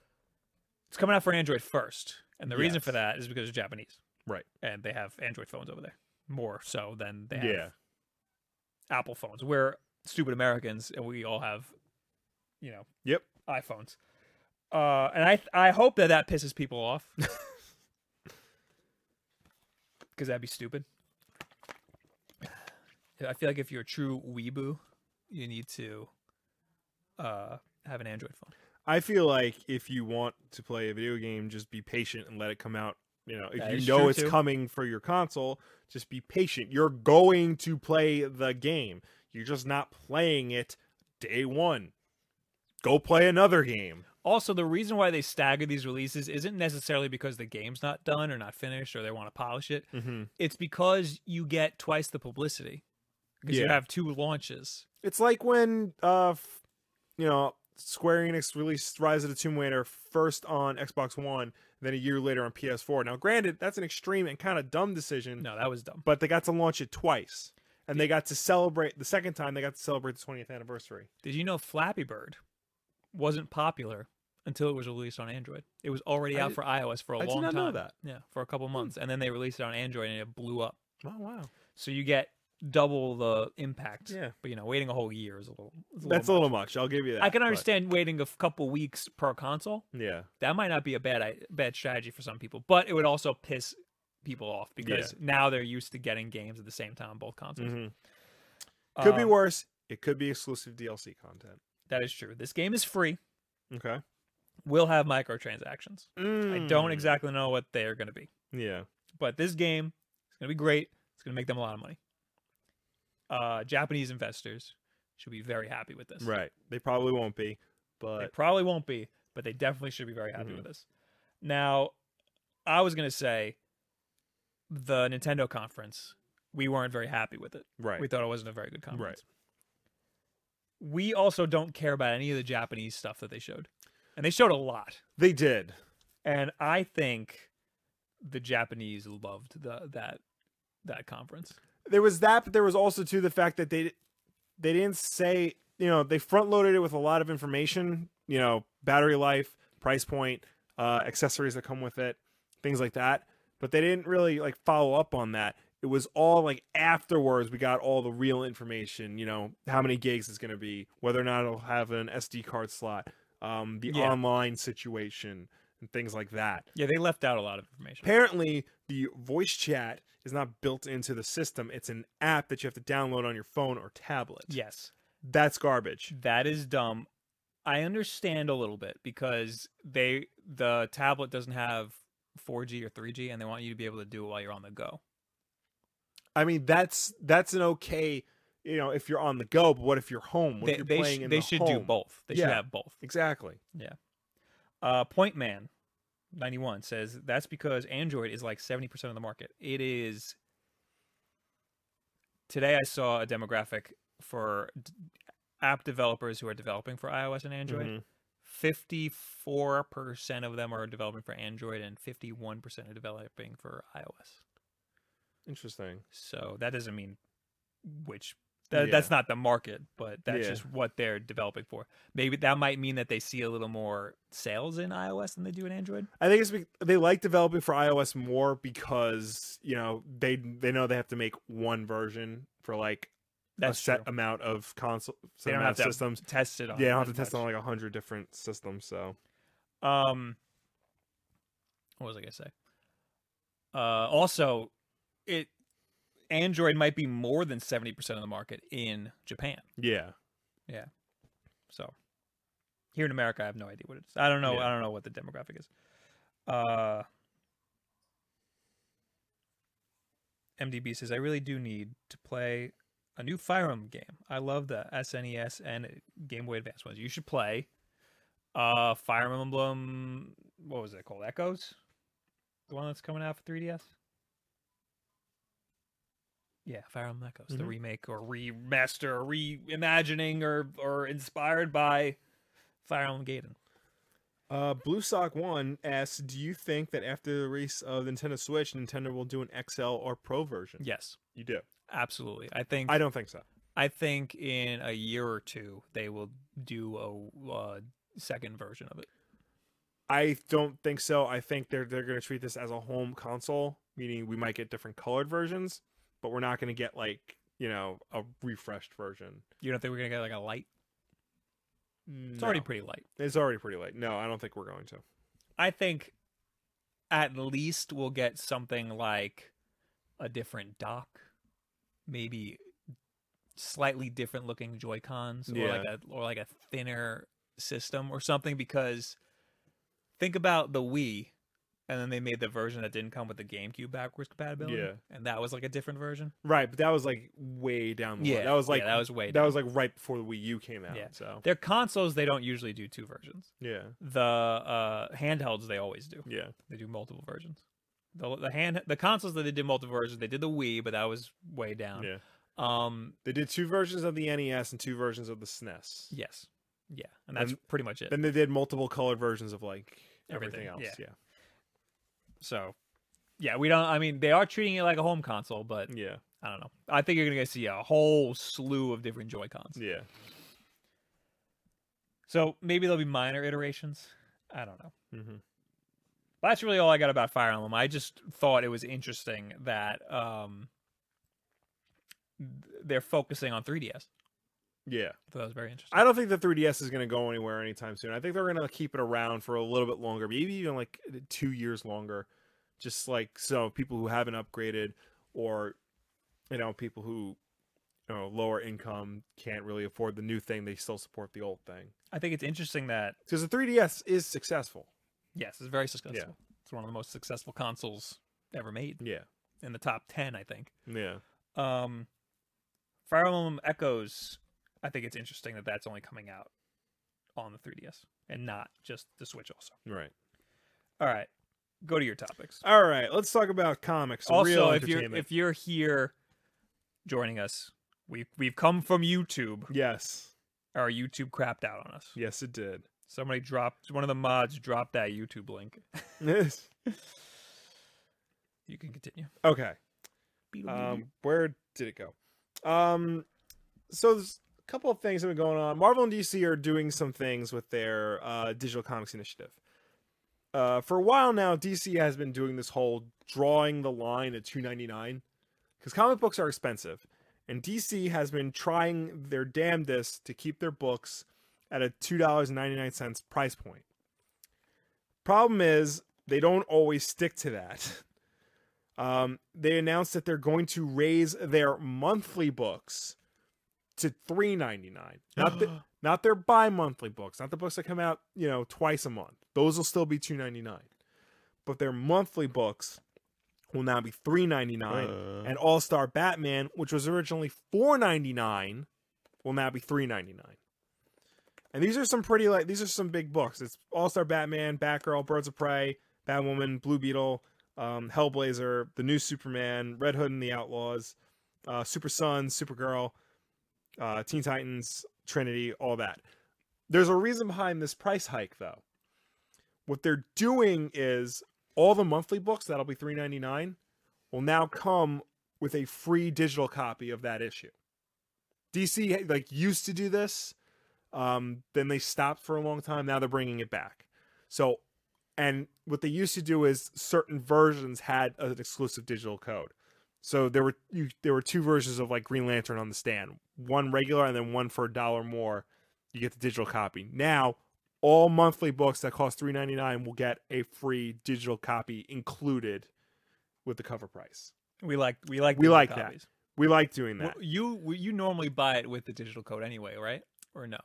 Speaker 2: It's coming out for Android first. And the reason for
Speaker 3: Yes.
Speaker 2: that is because it's Japanese.
Speaker 3: Right.
Speaker 2: And they have Android phones over there more so than they have
Speaker 3: yeah.
Speaker 2: Apple phones. We're stupid Americans, and we all have, you know,
Speaker 3: Yep.
Speaker 2: iPhones. Uh, and I I hope that that pisses people off, because that'd be stupid. I feel like if you're a true weeboo, you need to uh, have an Android phone.
Speaker 3: I feel like if you want to play a video game, just be patient and let it come out. You know, if
Speaker 2: That is
Speaker 3: you know
Speaker 2: true,
Speaker 3: it's
Speaker 2: too.
Speaker 3: coming for your console, just be patient. You're going to play the game. You're just not playing it day one. Go play another game.
Speaker 2: Also, the reason why they stagger these releases isn't necessarily because the game's not done or not finished or they want to polish it.
Speaker 3: Mm-hmm.
Speaker 2: It's because you get twice the publicity because you
Speaker 3: Yeah.
Speaker 2: have two launches.
Speaker 3: It's like when, uh, f- you know, Square Enix released Rise of the Tomb Raider first on Xbox One, then a year later on PS4. Now, granted, that's an extreme and kind of dumb decision.
Speaker 2: No, that was dumb.
Speaker 3: but they got to launch it twice and they got to celebrate the second time they got to celebrate the 20th anniversary
Speaker 2: Did you know Flappy Bird wasn't popular until it was released on Android? It was already
Speaker 3: I
Speaker 2: out
Speaker 3: did-
Speaker 2: for iOS for a
Speaker 3: I did
Speaker 2: long
Speaker 3: not
Speaker 2: time.
Speaker 3: know that. Hmm.
Speaker 2: Yeah, for a couple months, and then they released it on Android, and it blew up.
Speaker 3: oh wow
Speaker 2: So you get double the impact.
Speaker 3: Yeah.
Speaker 2: but you know, waiting a whole year is a little. is
Speaker 3: that's a
Speaker 2: much.
Speaker 3: little much i'll give you that
Speaker 2: I can
Speaker 3: but-
Speaker 2: understand waiting a f- couple weeks per console.
Speaker 3: yeah
Speaker 2: That might not be a bad i- bad strategy for some people, but it would also piss people off because now they're used to getting games at the same time on both consoles.
Speaker 3: mhm. could be
Speaker 2: Um,
Speaker 3: worse it could be exclusive dlc content
Speaker 2: That is true. This game is free.
Speaker 3: okay
Speaker 2: Will have microtransactions. I
Speaker 3: Hmm. Mm.
Speaker 2: don't exactly know what they are going to be,
Speaker 3: yeah
Speaker 2: but this game is going to be great. It's going to make them a lot of money. Uh, Japanese investors should be very happy with this.
Speaker 3: right they probably won't be
Speaker 2: They
Speaker 3: but
Speaker 2: probably won't be, but they definitely should be very happy
Speaker 3: Mhm.
Speaker 2: with this. Now, I was going to say the Nintendo conference, we weren't very happy with it.
Speaker 3: right
Speaker 2: We thought it wasn't a very good conference. We also don't care about any of the Japanese stuff that they showed. And they showed a lot.
Speaker 3: they did
Speaker 2: and I think the Japanese loved the that that conference.
Speaker 3: there was that but there was also too the fact that they they didn't say you know they front loaded it with a lot of information you know battery life price point uh accessories that come with it things like that but they didn't really like follow up on that it was all like afterwards we got all the real information you know how many gigs it's going to be whether or not it'll have an sd card slot um the
Speaker 2: Yeah.
Speaker 3: online situation and things like that
Speaker 2: Yeah, they left out a lot of information.
Speaker 3: apparently the voice chat is not built into the system. It's an app that you have to download on your phone or tablet.
Speaker 2: Yes.
Speaker 3: That's garbage.
Speaker 2: That is dumb. I understand a little bit because they the tablet doesn't have 4G or 3G and they want you to be able to do it while you're on the go.
Speaker 3: I mean, that's that's an okay, you know, if you're on the go, but what if you're home? What
Speaker 2: They,
Speaker 3: if you're
Speaker 2: they,
Speaker 3: playing
Speaker 2: sh-
Speaker 3: in
Speaker 2: they
Speaker 3: the
Speaker 2: should do
Speaker 3: home?
Speaker 2: both. They should
Speaker 3: Yeah.
Speaker 2: have both.
Speaker 3: Exactly.
Speaker 2: Uh, Point Man 91 says that's because Android is like 70% of the market. It is. Today I saw a demographic for d- app developers who are developing for iOS and Android.
Speaker 3: Mhm.
Speaker 2: 54% of them are developing for Android and 51% are developing for iOS.
Speaker 3: Interesting.
Speaker 2: So that doesn't mean which that,
Speaker 3: Yeah.
Speaker 2: that's not the market, but that's
Speaker 3: Yeah.
Speaker 2: just what they're developing for. Maybe that might mean that they see a little more sales in iOS than they do in Android.
Speaker 3: I think it's be- they like developing for iOS more because you know they they know they have to make one version for like
Speaker 2: That's
Speaker 3: a set
Speaker 2: true.
Speaker 3: amount of console
Speaker 2: They
Speaker 3: set
Speaker 2: don't
Speaker 3: amount
Speaker 2: have
Speaker 3: of
Speaker 2: to
Speaker 3: systems.
Speaker 2: test it on.
Speaker 3: Yeah, I don't have
Speaker 2: as
Speaker 3: to test
Speaker 2: much.
Speaker 3: on like a hundred different systems. So
Speaker 2: Um, what was I gonna say? Uh, also, it Android might be more than seventy percent of the market in Japan.
Speaker 3: yeah,
Speaker 2: So here in America, I have no idea what it is. I don't know.
Speaker 3: Yeah.
Speaker 2: I don't know what the demographic is. Uh, MDB says I really do need to play a new Fire Emblem game. I love the SNES and Game Boy Advance ones. You should play uh Fire Emblem. What was it called? Echoes, the one that's coming out for 3DS. Yeah, Fire Emblem Echoes, the
Speaker 3: Mhm.
Speaker 2: remake or remaster or reimagining or or inspired by Fire Emblem Gaiden.
Speaker 3: Uh, Blue Sock One asks, "Do you think that after the release of Nintendo Switch, Nintendo will do an XL or Pro version?"
Speaker 2: Yes,
Speaker 3: you do.
Speaker 2: absolutely. I think
Speaker 3: I don't think so.
Speaker 2: I think in a year or two they will do a uh, second version of it.
Speaker 3: I don't think so. I think they're they're going to treat this as a home console, meaning we might get different colored versions, but we're not going to get like you know a refreshed version.
Speaker 2: You don't think we're gonna get like a light? It's already
Speaker 3: No.
Speaker 2: pretty light.
Speaker 3: it's already pretty late. No, I don't think we're going to.
Speaker 2: I think at least we'll get something like a different dock, maybe slightly different looking Joy Cons, or like a or like a thinner system or something. Because think about the Wii, and then they made the version that didn't come with the GameCube backwards compatibility,
Speaker 3: Yeah.
Speaker 2: and that was like a different version.
Speaker 3: Right, but that was like way down the line. That was like
Speaker 2: that was way.
Speaker 3: that was like right before the Wii U came out.
Speaker 2: Yeah.
Speaker 3: So
Speaker 2: their consoles. They don't usually do two versions.
Speaker 3: yeah,
Speaker 2: The uh, handhelds they always do.
Speaker 3: yeah,
Speaker 2: They do multiple versions. The, the hand the consoles that they did multiple versions. They did the Wii, but that was way down.
Speaker 3: yeah.
Speaker 2: Um.
Speaker 3: They did two versions of the NES and two versions of the E SNES.
Speaker 2: Yes. Yeah. And that's
Speaker 3: Then-
Speaker 2: pretty much it.
Speaker 3: Then they did multiple colored versions of like
Speaker 2: Everything,
Speaker 3: everything, else. Yeah.
Speaker 2: so. Yeah, we don't. I mean, they are treating it like a home console, but
Speaker 3: Yeah.
Speaker 2: I don't know. I think you're gonna see a whole slew of different Joy Cons.
Speaker 3: Yeah.
Speaker 2: So maybe there'll be minor iterations. I don't know.
Speaker 3: hmm
Speaker 2: Well, that's really all I got about Fire Emblem. I just thought it was interesting that um th- they're focusing on 3DS. I
Speaker 3: Yeah.
Speaker 2: thought that was very interesting.
Speaker 3: I don't think the 3DS is going to go anywhere anytime soon. I think they're going to keep it around for a little bit longer, maybe even like two years longer, just like so people who haven't upgraded or, you know, people who, you know, lower income can't really afford the new thing. They still support the old thing
Speaker 2: I think it's interesting that
Speaker 3: because the 3DS is successful.
Speaker 2: yes, it's very successful. It's one of the most successful consoles ever made
Speaker 3: Yeah.
Speaker 2: in the top 10, I think.
Speaker 3: Yeah.
Speaker 2: Um Fire Emblem Echoes, I think it's interesting that that's only coming out on the 3DS and not just the Switch also.
Speaker 3: Right.
Speaker 2: All right. Go to your topics.
Speaker 3: All right. Let's talk about comics. Uh, real
Speaker 2: also, if you're
Speaker 3: entertainment.
Speaker 2: if you're here joining us, we we've come from YouTube.
Speaker 3: yes.
Speaker 2: Our YouTube crapped out on us.
Speaker 3: Yes, it did.
Speaker 2: Somebody dropped one of the mods dropped that YouTube link. You can continue.
Speaker 3: okay. Um, where did it go? Um, so there's a couple of things that have been going on. Marvel and DC are doing some things with their uh, digital comics initiative. Uh, for a while now, DC has been doing this whole drawing the line at 2.99 because comic books are expensive, and DC has been trying their damnedest to keep their books at a $2.99 price point. Problem is, they don't always stick to that. Um, they announced that they're going to raise their monthly books to three ninety nine. Not the, not their bi monthly books, not the books that come out you know twice a month. Those will still be two ninety nine, but their monthly books will now be three ninety nine.
Speaker 1: Uh-huh.
Speaker 3: And All Star Batman, which was originally four ninety nine, will now be three ninety nine. And these are some pretty like these are some big books. It's All Star Batman, Batgirl, Birds of Prey, Batwoman, Blue Beetle, um, Hellblazer, the new Superman, Red Hood and the Outlaws, uh, Super Sun, Supergirl, uh, Teen Titans, Trinity, all that. There's a reason behind this price hike though. What they're doing is all the monthly books that'll be $3.99 will now come with a free digital copy of that issue. DC like used to do this, um, then they stopped for a long time. Now they're bringing it back. So, and what they used to do is certain versions had an exclusive digital code. So there were you, there were two versions of like Green Lantern on the stand, one regular and then one for a dollar more. You get the digital copy. Now all monthly books that cost three ninety nine will get a free digital copy included with the cover price.
Speaker 2: We like we like
Speaker 3: We
Speaker 2: digital
Speaker 3: like that.
Speaker 2: copies.
Speaker 3: We like doing that.
Speaker 2: Well, You well, you normally buy it with the digital code anyway, right? Or no?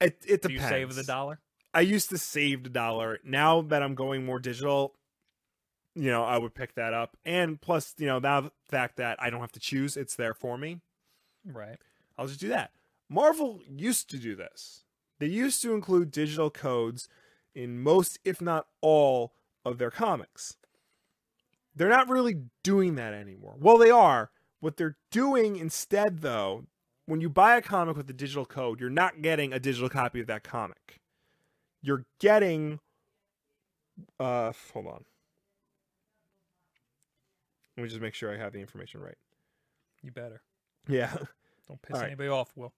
Speaker 3: it it
Speaker 2: Do
Speaker 3: depends.
Speaker 2: you save the dollar?
Speaker 3: I used to save the dollar. Now that I'm going more digital, you know, I would pick that up. And plus, you know, now the fact that I don't have to choose, it's there for me.
Speaker 2: Right.
Speaker 3: I'll just do that. Marvel used to do this. They used to include digital codes in most, if not all, of their comics. They're not really doing that anymore. Well, they are. What they're doing instead, though, when you buy a comic with a digital code, you're not getting a digital copy of that comic. You're getting. Uh, hold on. Let me just make sure I have the information right.
Speaker 2: You better.
Speaker 3: Yeah.
Speaker 2: Don't piss
Speaker 3: All right.
Speaker 2: anybody off, Will.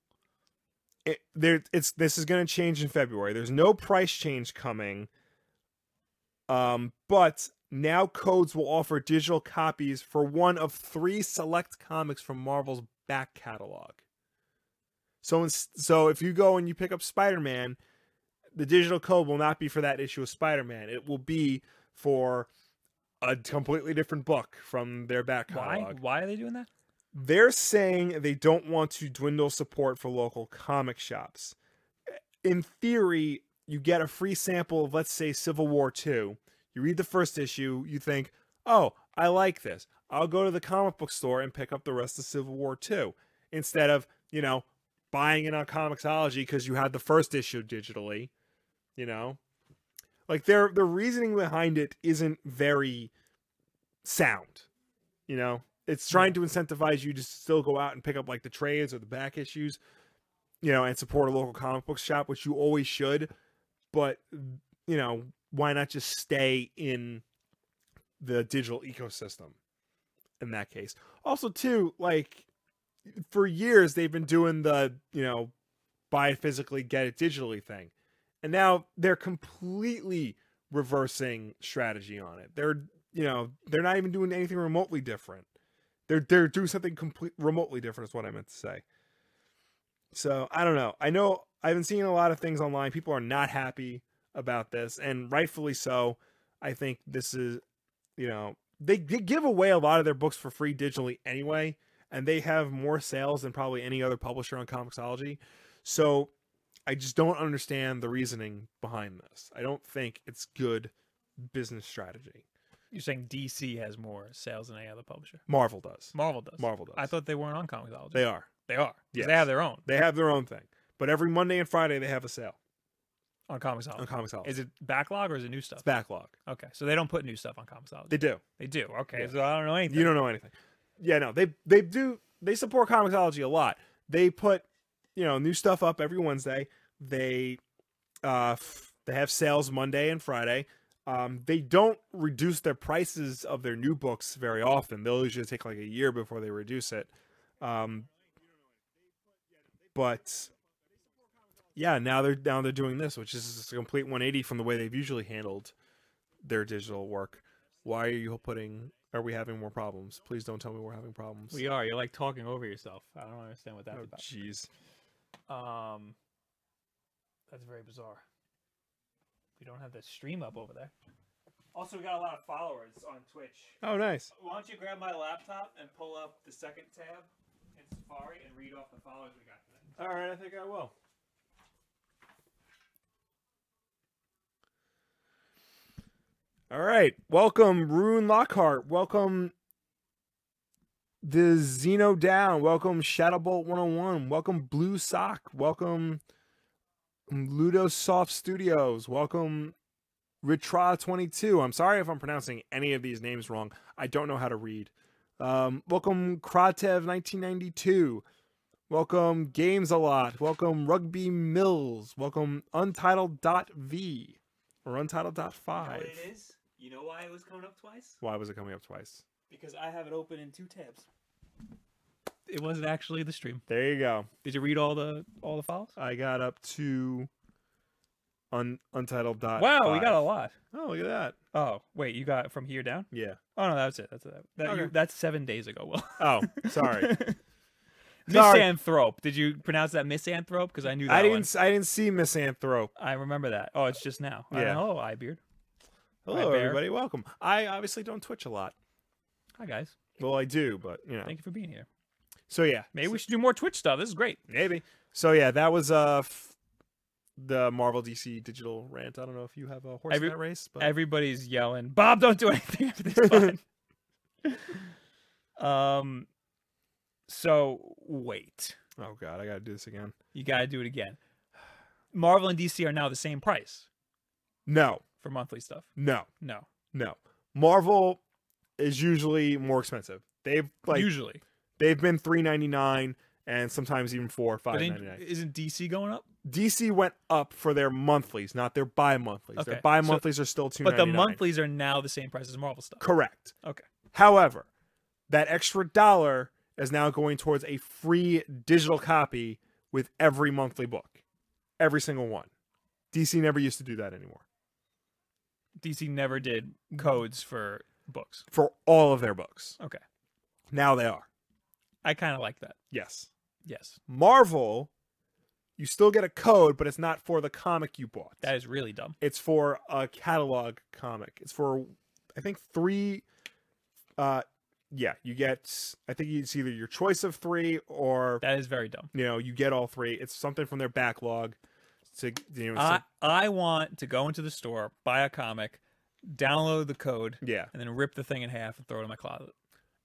Speaker 3: it, there it's this is going to change in February. There's no price change coming. Um, but now codes will offer digital copies for one of three select comics from Marvel's back catalog. So in, so if you go and you pick up Spider-Man, the digital code will not be for that issue of Spider-Man. It will be for a completely different book from their back
Speaker 2: Why?
Speaker 3: catalog
Speaker 2: Why are they doing that?
Speaker 3: they're saying they don't want to dwindle support for local comic shops. In theory, you get a free sample of, let's say, Civil War II. You read the first issue, you think, oh, I like this. I'll go to the comic book store and pick up the rest of Civil War II instead of, you know, buying it on Comixology because you had the first issue digitally, you know? Like their the reasoning behind it isn't very sound. You know, it's trying to incentivize you to still go out and pick up like the trades or the back issues, you know, and support a local comic book shop, which you always should. But you know, why not just stay in the digital ecosystem in that case? Also, too, like for years they've been doing the you know buy it physically, get it digitally thing, and now they're completely reversing strategy on it. They're you know they're not even doing anything remotely different. They're they're doing something complete remotely different is what I meant to say. So I don't know. I know I've been seeing a lot of things online. People are not happy about this, and rightfully so. I think this is you know they, they give away a lot of their books for free digitally anyway, and they have more sales than probably any other publisher on Comixology. So I just don't understand the reasoning behind this. I don't think it's good business strategy.
Speaker 2: You're saying DC has more sales than any other publisher.
Speaker 3: Marvel does.
Speaker 2: Marvel does.
Speaker 3: Marvel does.
Speaker 2: I thought they weren't on Comixology.
Speaker 3: they are.
Speaker 2: They are. 'cause
Speaker 3: Yes.
Speaker 2: They have their own
Speaker 3: They have their own thing, but every Monday and Friday they have a sale
Speaker 2: on
Speaker 3: on
Speaker 2: Comixology.
Speaker 3: Comixology.
Speaker 2: Is it backlog or is it new stuff?
Speaker 3: It's backlog.
Speaker 2: okay, so they don't put new stuff on Comixology.
Speaker 3: They do.
Speaker 2: They do. Okay,
Speaker 3: Yeah.
Speaker 2: so I don't know anything.
Speaker 3: You don't know anything. Yeah, no. They they do. They support Comixology a lot. They put you know new stuff up every Wednesday. They uh f- they have sales Monday and Friday. Um, they don't reduce their prices of their new books very often. They'll usually take like a year before they reduce it. Um, but yeah, now they're now they're doing this, which is just a complete 180 from the way they've usually handled their digital work. Why are you putting? Are we having more problems? Please don't tell me we're having problems.
Speaker 2: We are. You're like talking over yourself. I don't understand what that's
Speaker 3: Oh, jeez.
Speaker 2: about. Um, that's very bizarre. We don't have the stream up over there.
Speaker 4: Also, we got a lot of followers on Twitch.
Speaker 3: Oh, nice.
Speaker 4: Why don't you grab my laptop and pull up the second tab in Safari and read off the followers we got today?
Speaker 3: All right, I think I will. All right, welcome Rune Lockhart. Welcome the Xeno Down. Welcome Shadowbolt 101. Welcome Blue Sock. Welcome Ludo Soft Studios. Welcome Ritra 22. I'm sorry if I'm pronouncing any of these names wrong. I don't know how to read. Um, welcome Kratev 1992. Welcome Games a Lot. Welcome Rugby Mills. Welcome Untitled.v or
Speaker 4: You know
Speaker 3: Untitled.5.
Speaker 4: what it is? You know why it was coming up twice?
Speaker 3: Why was it coming up twice?
Speaker 4: Because I have it open in two tabs.
Speaker 2: It wasn't actually the stream.
Speaker 3: There you go.
Speaker 2: Did you read all the all the files?
Speaker 3: I got up to un- Untitled. Dot
Speaker 2: wow, we
Speaker 3: five.
Speaker 2: got a lot.
Speaker 3: Oh, look at that.
Speaker 2: Oh, wait, you got from here down?
Speaker 3: Yeah.
Speaker 2: Oh no, that's it. That's it. That, you,
Speaker 3: Okay.
Speaker 2: that's seven days ago. Well,
Speaker 3: Oh, sorry. Sorry.
Speaker 2: misanthrope. Did you pronounce that misanthrope? Because I knew that
Speaker 3: I
Speaker 2: one.
Speaker 3: didn't. s- I didn't see Misanthrope.
Speaker 2: I remember that. Oh, it's just now. Oh, Yeah.
Speaker 3: Yeah.
Speaker 2: hello, Ibeard.
Speaker 3: Hello,
Speaker 2: Bear.
Speaker 3: everybody. Welcome. I obviously don't Twitch a lot.
Speaker 2: Hi guys.
Speaker 3: Well, I do, but you know.
Speaker 2: Thank you for being here.
Speaker 3: So yeah,
Speaker 2: Maybe we should do more Twitch stuff. This is great.
Speaker 3: Maybe. So yeah, that was uh f- the Marvel DC digital rant. I don't know if you have a horse
Speaker 2: Every-
Speaker 3: in that race, but
Speaker 2: Everybody's yelling, Bob, don't do anything after this fine. um so wait.
Speaker 3: oh god, I gotta do this again.
Speaker 2: You gotta do it again. Marvel and DC are now the same price
Speaker 3: No,
Speaker 2: for monthly stuff.
Speaker 3: no,
Speaker 2: No.
Speaker 3: no. Marvel is usually more expensive. They've like
Speaker 2: Usually.
Speaker 3: they've been three ninety nine and sometimes even four or
Speaker 2: But
Speaker 3: five
Speaker 2: ain't-
Speaker 3: ninety nine.
Speaker 2: isn't DC going up?
Speaker 3: DC went up for their monthlies, not their bi monthlies.
Speaker 2: Okay,
Speaker 3: Their
Speaker 2: so-
Speaker 3: bi monthlies are still two.
Speaker 2: But the monthlies are now the same price as Marvel stuff.
Speaker 3: correct.
Speaker 2: Okay.
Speaker 3: However, that extra dollar is now going towards a free digital copy with every monthly book, every single one. DC never used to do that anymore
Speaker 2: DC never did codes for books.
Speaker 3: for all of their books.
Speaker 2: Okay.
Speaker 3: Now they are.
Speaker 2: I kinda like that.
Speaker 3: Yes.
Speaker 2: Yes.
Speaker 3: Marvel, you still get a code, but it's not for the comic you bought.
Speaker 2: That is really dumb.
Speaker 3: it's for a catalog comic. It's for I think three uh yeah, you get I think it's either your choice of three or
Speaker 2: That is very dumb.
Speaker 3: you know you get all three it's something from their backlog to you know
Speaker 2: I,
Speaker 3: some-
Speaker 2: I want to go into the store, buy a comic, download the code,
Speaker 3: yeah
Speaker 2: and then rip the thing in half and throw it in my closet.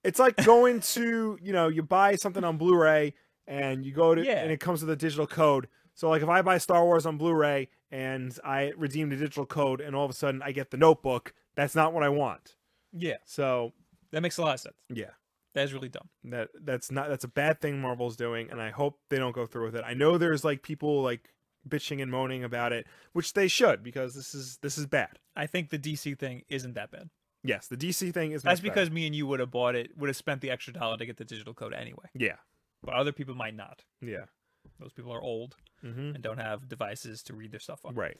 Speaker 3: it's like going to you know you buy something on blu-ray and you go to
Speaker 2: Yeah.
Speaker 3: and it comes with a digital code so like if i buy star wars on blu-ray and i redeem the digital code and all of a sudden i get the notebook that's not what i want
Speaker 2: Yeah.
Speaker 3: so
Speaker 2: That makes a lot of sense.
Speaker 3: yeah
Speaker 2: That is really dumb.
Speaker 3: that that's not that's a bad thing marvel's doing and i hope they don't go through with it i know there's like people like bitching and moaning about it which they should because this is this is bad
Speaker 2: I think the DC thing isn't that bad.
Speaker 3: yes the dc thing is
Speaker 2: That's
Speaker 3: much better.
Speaker 2: because me and you would have bought it, would have spent the extra dollar to get the digital code anyway.
Speaker 3: yeah
Speaker 2: But other people might not.
Speaker 3: yeah
Speaker 2: Those people are old
Speaker 3: mm-hmm.
Speaker 2: and don't have devices to read their stuff on.
Speaker 3: right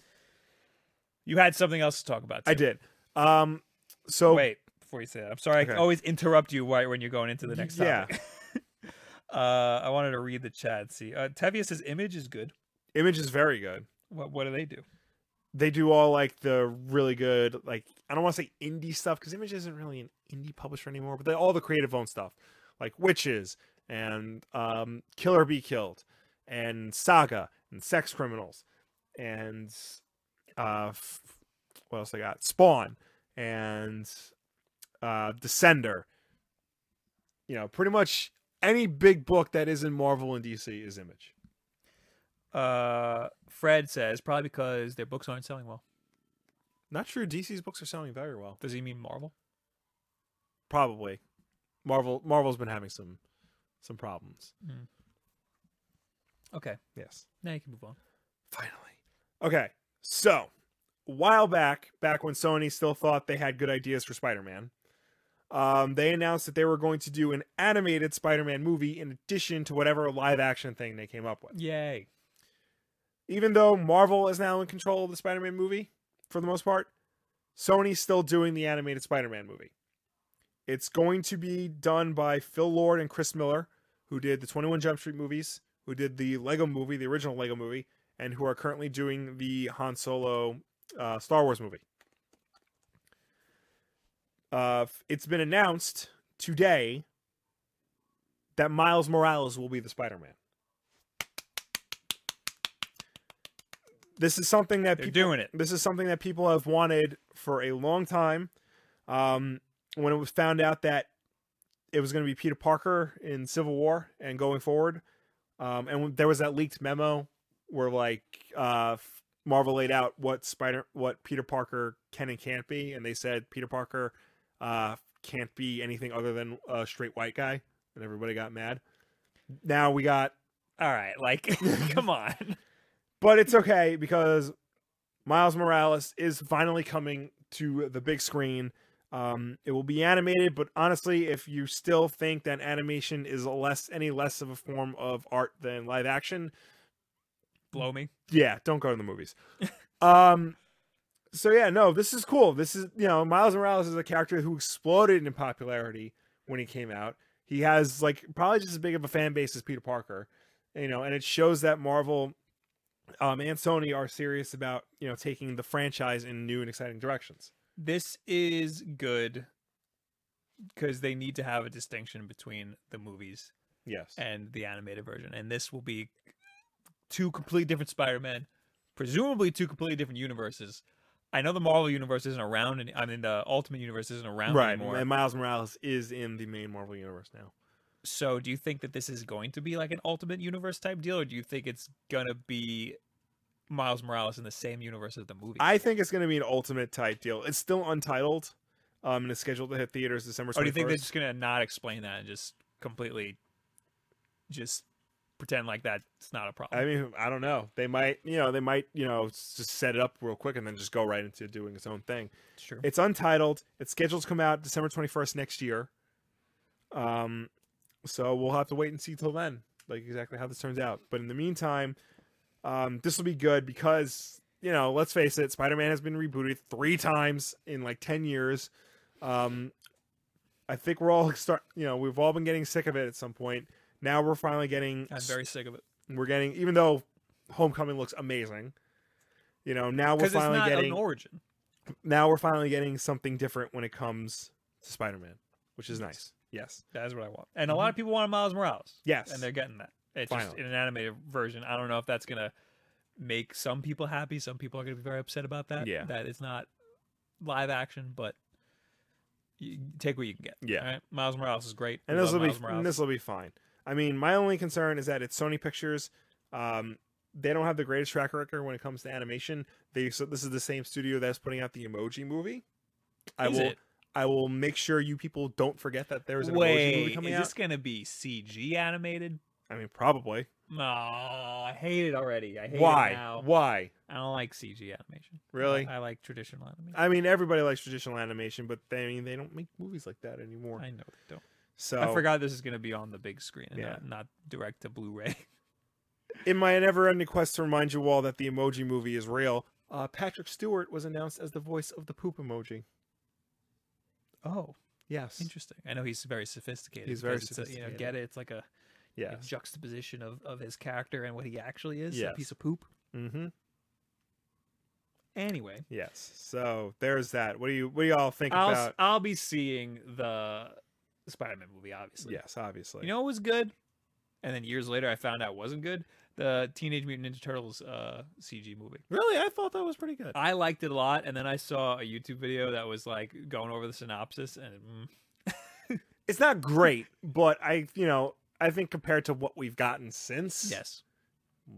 Speaker 2: You had something else to talk about.
Speaker 3: I
Speaker 2: too.
Speaker 3: did. Um, so
Speaker 2: Wait, before you say that, I'm sorry. I
Speaker 3: Okay.
Speaker 2: always interrupt you right when you're going into the next
Speaker 3: Yeah.
Speaker 2: topic. uh, I wanted to read the chat. See, uh, Tevius's image is good.
Speaker 3: image is very good.
Speaker 2: What what do they do?
Speaker 3: They do all like the really good, like I don't want to say indie stuff because Image isn't really an indie publisher anymore, but they, all the creative owned stuff, like Witches and um, Killer Be Killed and Saga and Sex Criminals and uh, f- what else I got? Spawn and uh, Descender. You know, pretty much any big book that isn't Marvel and DC is Image.
Speaker 2: Uh, Fred says probably because their books aren't selling well.
Speaker 3: Not true. DC's books are selling very well.
Speaker 2: Does he mean Marvel?
Speaker 3: Probably. Marvel Marvel's been having some some problems.
Speaker 2: Okay,
Speaker 3: Yes.
Speaker 2: now you can move on.
Speaker 3: Finally. Okay. So, a while back, back when Sony still thought they had good ideas for Spider-Man, um, they announced that they were going to do an animated Spider-Man movie in addition to whatever live action thing they came up with.
Speaker 2: Yay!
Speaker 3: even though Marvel is now in control of the Spider-Man movie for the most part, Sony's still doing the animated Spider-Man movie. It's going to be done by Phil Lord and Chris Miller, who did the 21 Jump Street movies, who did the Lego movie, the original Lego movie, and who are currently doing the Han Solo uh, Star Wars movie. Uh, f- it's been announced today that Miles Morales will be the Spider-Man. This is something that
Speaker 2: They're
Speaker 3: people,
Speaker 2: doing it.
Speaker 3: this is something that people have wanted for a long time. Um, when it was found out that it was going to be Peter Parker in Civil War and going forward, um, and when there was that leaked memo where like uh, f- Marvel laid out what Spider what Peter Parker can and can't be, and they said Peter Parker uh, can't be anything other than a straight white guy, and everybody got mad. Now we got
Speaker 2: All right, like, come on.
Speaker 3: but it's okay because Miles Morales is finally coming to the big screen. Um, it will be animated, but honestly, if you still think that animation is a less any less of a form of art than live action,
Speaker 2: Blow me.
Speaker 3: yeah, don't go to the movies. um, so yeah, no, this is cool. This is you know, Miles Morales is a character who exploded in popularity when he came out. He has like probably just as big of a fan base as Peter Parker, you know, and it shows that Marvel um, and Sony are serious about you know taking the franchise in new and exciting directions.
Speaker 2: This is good because they need to have a distinction between the movies
Speaker 3: Yes,
Speaker 2: and the animated version, and this will be two completely different Spider-Man, presumably two completely different universes. I know the Marvel universe isn't around, and I mean the Ultimate universe isn't around
Speaker 3: right.
Speaker 2: anymore.
Speaker 3: And Miles Morales is in the main Marvel universe now.
Speaker 2: So, do you think that this is going to be like an Ultimate Universe type deal, or do you think it's gonna be Miles Morales in the same universe as the movie?
Speaker 3: I think it's going to be an ultimate type deal. It's still untitled, um, and it's scheduled to hit theaters December. 21st.
Speaker 2: or Oh, do you think they're just gonna not explain that and just completely just pretend like that's not a problem?
Speaker 3: I mean, I don't know. They might, you know, they might, you know, s- just set it up real quick and then just go right into doing its own thing.
Speaker 2: it's true.
Speaker 3: It's untitled. It's scheduled to come out December 21st next year. Um, so we'll have to wait and see till then, like exactly how this turns out. But in the meantime, um, this will be good because, you know, let's face it, Spider Man has been rebooted three times in like 10 years. Um, I think we're all start, you know, we've all been getting sick of it at some point. Now we're finally getting
Speaker 2: I'm very sick of it
Speaker 3: we're getting even though homecoming looks amazing you know now we're
Speaker 2: because it's
Speaker 3: finally
Speaker 2: not
Speaker 3: getting
Speaker 2: an origin.
Speaker 3: now we're finally getting something different when it comes to spider-man which is nice yes
Speaker 2: That's what I want, and a lot of people want Miles Morales,
Speaker 3: Mm-hmm. yes
Speaker 2: and they're getting that. It's just
Speaker 3: Finally.
Speaker 2: in an animated version. I don't know if that's gonna make some people happy. Some people are gonna be very upset about that.
Speaker 3: Yeah.
Speaker 2: that it's not live action, but you take what you can get.
Speaker 3: Yeah.
Speaker 2: All right? Miles Morales is great.
Speaker 3: and
Speaker 2: We
Speaker 3: this
Speaker 2: love
Speaker 3: will be
Speaker 2: Miles Morales.
Speaker 3: this will be fine i mean my only concern is that it's sony pictures um they don't have the greatest track record when it comes to animation they so this is the same studio that's putting out the emoji movie i
Speaker 2: Is
Speaker 3: will
Speaker 2: it?
Speaker 3: i will make sure you people don't forget that there's an emoji movie
Speaker 2: Wait,
Speaker 3: coming
Speaker 2: is
Speaker 3: out
Speaker 2: this gonna be CG animated?
Speaker 3: i mean probably
Speaker 2: No, I hate it already. I hate it
Speaker 3: why
Speaker 2: now.
Speaker 3: why
Speaker 2: I don't like CG animation.
Speaker 3: really
Speaker 2: I, I like traditional animation. I,
Speaker 3: I mean, everybody likes traditional animation, but they, I mean, they don't make movies like that anymore.
Speaker 2: know they don't.
Speaker 3: So
Speaker 2: I forgot this is gonna be on the big screen and
Speaker 3: Yeah.
Speaker 2: not, not direct to Blu-ray.
Speaker 3: In my never-ending quest to remind you all that the emoji movie is real, uh, Patrick Stewart was announced as the voice of the poop emoji.
Speaker 2: Oh,
Speaker 3: Yes.
Speaker 2: Interesting. I know he's very sophisticated.
Speaker 3: He's very
Speaker 2: because it's a- you know,
Speaker 3: sophisticated.
Speaker 2: get it? It's like a a
Speaker 3: Yes.
Speaker 2: juxtaposition of, of his character and what he actually is. A
Speaker 3: Yes.
Speaker 2: piece of poop.
Speaker 3: Mm-hmm.
Speaker 2: Anyway,
Speaker 3: Yes. So there's that. What do you What do y'all think
Speaker 2: I'll s-
Speaker 3: about?
Speaker 2: I'll be seeing the Spider-Man movie. Obviously.
Speaker 3: Yes, obviously.
Speaker 2: You know, it was good, and then years later I found out it wasn't good. The Teenage Mutant Ninja Turtles uh, CG movie.
Speaker 3: really, I thought that was pretty good.
Speaker 2: I liked it a lot, and then I saw a YouTube video that was like going over the synopsis, and mm,
Speaker 3: It's not great, but I, you know, I think compared to what we've gotten since,
Speaker 2: yes,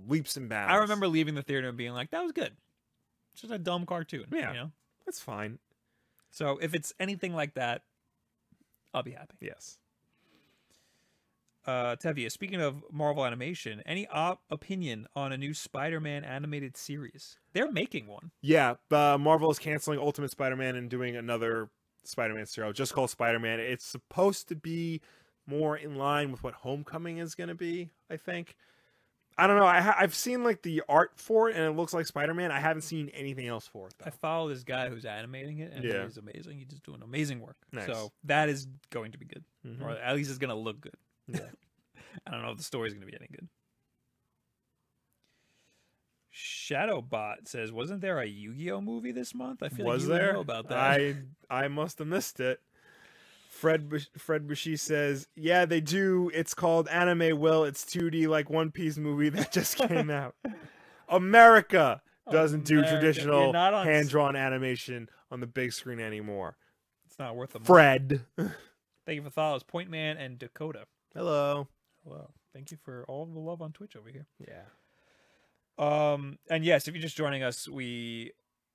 Speaker 3: leaps and bounds.
Speaker 2: I remember leaving the theater and being like, "That was good." It's just a dumb cartoon.
Speaker 3: Yeah.
Speaker 2: You know?
Speaker 3: that's fine.
Speaker 2: So if it's anything like that, I'll be happy.
Speaker 3: Yes.
Speaker 2: Uh, Tevia, speaking of Marvel animation, any op- opinion on a new Spider-Man animated series? They're making one.
Speaker 3: Yeah, uh, Marvel is canceling Ultimate Spider-Man and doing another Spider-Man serial, just called Spider-Man. It's supposed to be more in line with what Homecoming is going to be, I think. I don't know. I ha- I've seen like the art for it, and it looks like Spider-Man. I haven't seen anything else for it. Though.
Speaker 2: I follow this guy who's animating it, and
Speaker 3: Oh. Yeah.
Speaker 2: he's amazing. He's just doing amazing work.
Speaker 3: Nice.
Speaker 2: So that is going to be good,
Speaker 3: Mhm.
Speaker 2: or at least it's going to look good.
Speaker 3: Yeah.
Speaker 2: I don't know if the story's going to be any good. Shadowbot says, "Wasn't there a Yu-Gi-Oh movie this month? I feel like
Speaker 3: was
Speaker 2: you would
Speaker 3: there?
Speaker 2: know about that.
Speaker 3: I I must have missed it. Fred Bush- Fred Bushy says, "Yeah, they do. It's called anime. Well, it's 2D like One Piece movie that just came out. America doesn't
Speaker 2: Oh,
Speaker 3: do
Speaker 2: America. You're
Speaker 3: traditional
Speaker 2: not on s-
Speaker 3: hand drawn animation on the big screen anymore."
Speaker 2: It's not worth the money.
Speaker 3: Fred,
Speaker 2: Thank you for follows, Point Man and Dakota.
Speaker 3: hello.
Speaker 2: Hello. Thank you for all the love on Twitch over here.
Speaker 3: Yeah,
Speaker 2: Um, and yes, if you're just joining us, we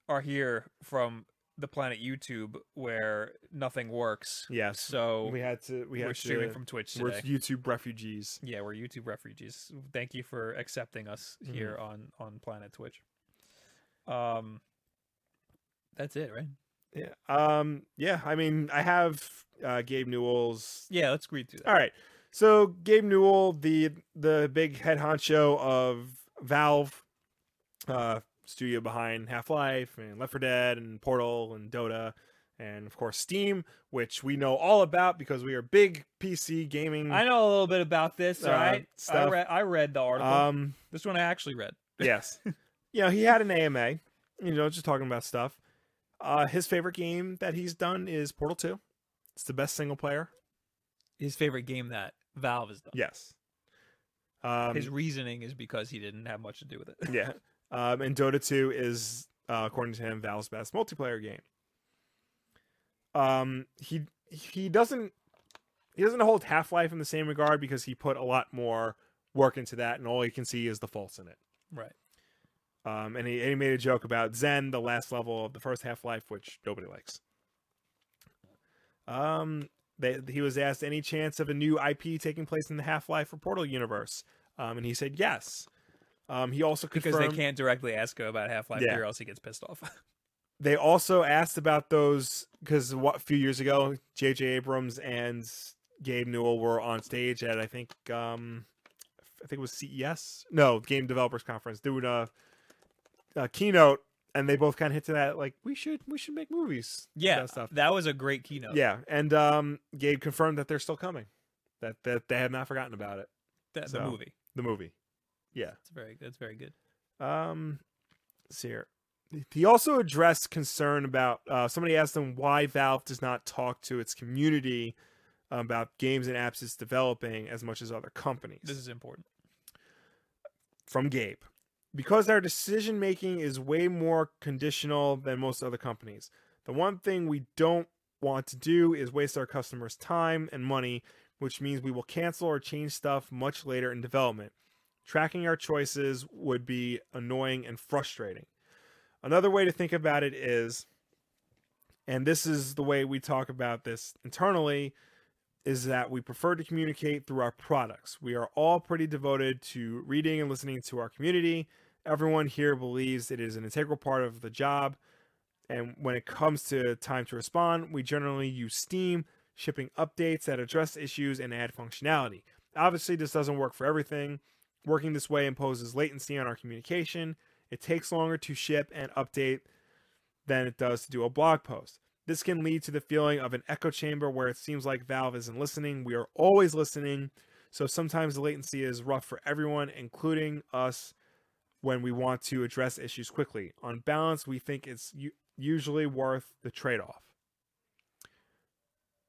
Speaker 2: are here from the planet YouTube where nothing works.
Speaker 3: yes.
Speaker 2: So
Speaker 3: we had to. We
Speaker 2: we
Speaker 3: had
Speaker 2: are
Speaker 3: to,
Speaker 2: streaming from Twitch
Speaker 3: We're
Speaker 2: today.
Speaker 3: YouTube refugees.
Speaker 2: yeah, we're YouTube refugees. Thank you for accepting us here on on planet Twitch. Um, that's it, right?
Speaker 3: Yeah. Um. Yeah. I mean, I have uh, Gabe Newell's
Speaker 2: Yeah, let's read through that.
Speaker 3: All right. So Gabe Newell, the the big head honcho of Valve, uh, studio behind Half Life and Left 4 Dead and Portal and Dota, and of course Steam, which we know all about because we are big PC gaming.
Speaker 2: I know a little bit about this.
Speaker 3: Uh,
Speaker 2: All right, I
Speaker 3: stuff.
Speaker 2: read I read the article.
Speaker 3: Um.
Speaker 2: this one I actually read.
Speaker 3: yes. You know, he had an AMA, you know, just talking about stuff. Uh, his favorite game that he's done is Portal 2. It's the best single player.
Speaker 2: His favorite game that Valve has done.
Speaker 3: Yes. Um,
Speaker 2: His reasoning is because he didn't have much to do with it.
Speaker 3: yeah. Um, and Dota 2 is, uh, according to him, Valve's best multiplayer game. Um, he he doesn't he doesn't hold Half Life in the same regard because he put a lot more work into that, and all you can see is the faults in it.
Speaker 2: Right.
Speaker 3: Um, and he, and he made a joke about Zen, the last level of the first Half Life, which nobody likes. Um, they, he was asked any chance of a new IP taking place in the Half Life or Portal universe, um, and he said yes. Um, he also confirmed
Speaker 2: Because they can't directly ask him about Half Life
Speaker 3: Yeah.
Speaker 2: 3 or else he gets pissed off.
Speaker 3: they also asked about those because a few years ago, J.J. Abrams and Gabe Newell were on stage at I think um, I think it was CES, no Game Developers Conference, doing a, a keynote, and they both kind of hit to that like we should we should make movies,
Speaker 2: yeah.
Speaker 3: that stuff.
Speaker 2: That was a great keynote.
Speaker 3: yeah, and um, Gabe confirmed that they're still coming, that that they have not forgotten about it,
Speaker 2: That, The
Speaker 3: So-
Speaker 2: movie.
Speaker 3: the movie, yeah.
Speaker 2: It's very that's very good.
Speaker 3: Um, let's see here. He also addressed concern about uh, somebody asked him why Valve does not talk to its community about games and apps it's developing as much as other companies.
Speaker 2: This is important.
Speaker 3: From Gabe. Because our decision making is way more conditional than most other companies. The one thing we don't want to do is waste our customers' time and money, which means we will cancel or change stuff much later in development. Tracking our choices would be annoying and frustrating. Another way to think about it is, and this is the way we talk about this internally, is that we prefer to communicate through our products. We are all pretty devoted to reading and listening to our community. Everyone here believes it is an integral part of the job. And when it comes to time to respond, we generally use Steam, shipping updates that address issues and add functionality. Obviously, this doesn't work for everything. Working this way imposes latency on our communication. It takes longer to ship and update than it does to do a blog post. This can lead to the feeling of an echo chamber where it seems like Valve isn't listening. We are always listening. So sometimes the latency is rough for everyone, including us, when we want to address issues quickly. On balance, we think it's u- usually worth the trade off.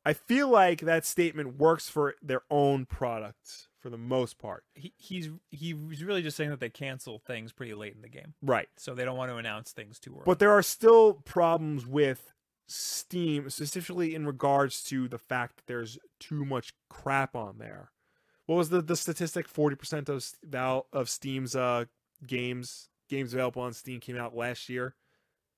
Speaker 3: I feel like that statement works for their own product for the most part.
Speaker 2: He he's he was really just saying that they cancel things pretty late in the game.
Speaker 3: Right.
Speaker 2: So they don't want to announce things too early.
Speaker 3: But there are still problems with Steam, specifically in regards to the fact that there's too much crap on there. What was the, the statistic? Forty percent of s- Val of Steam's uh, games games available on Steam came out last year.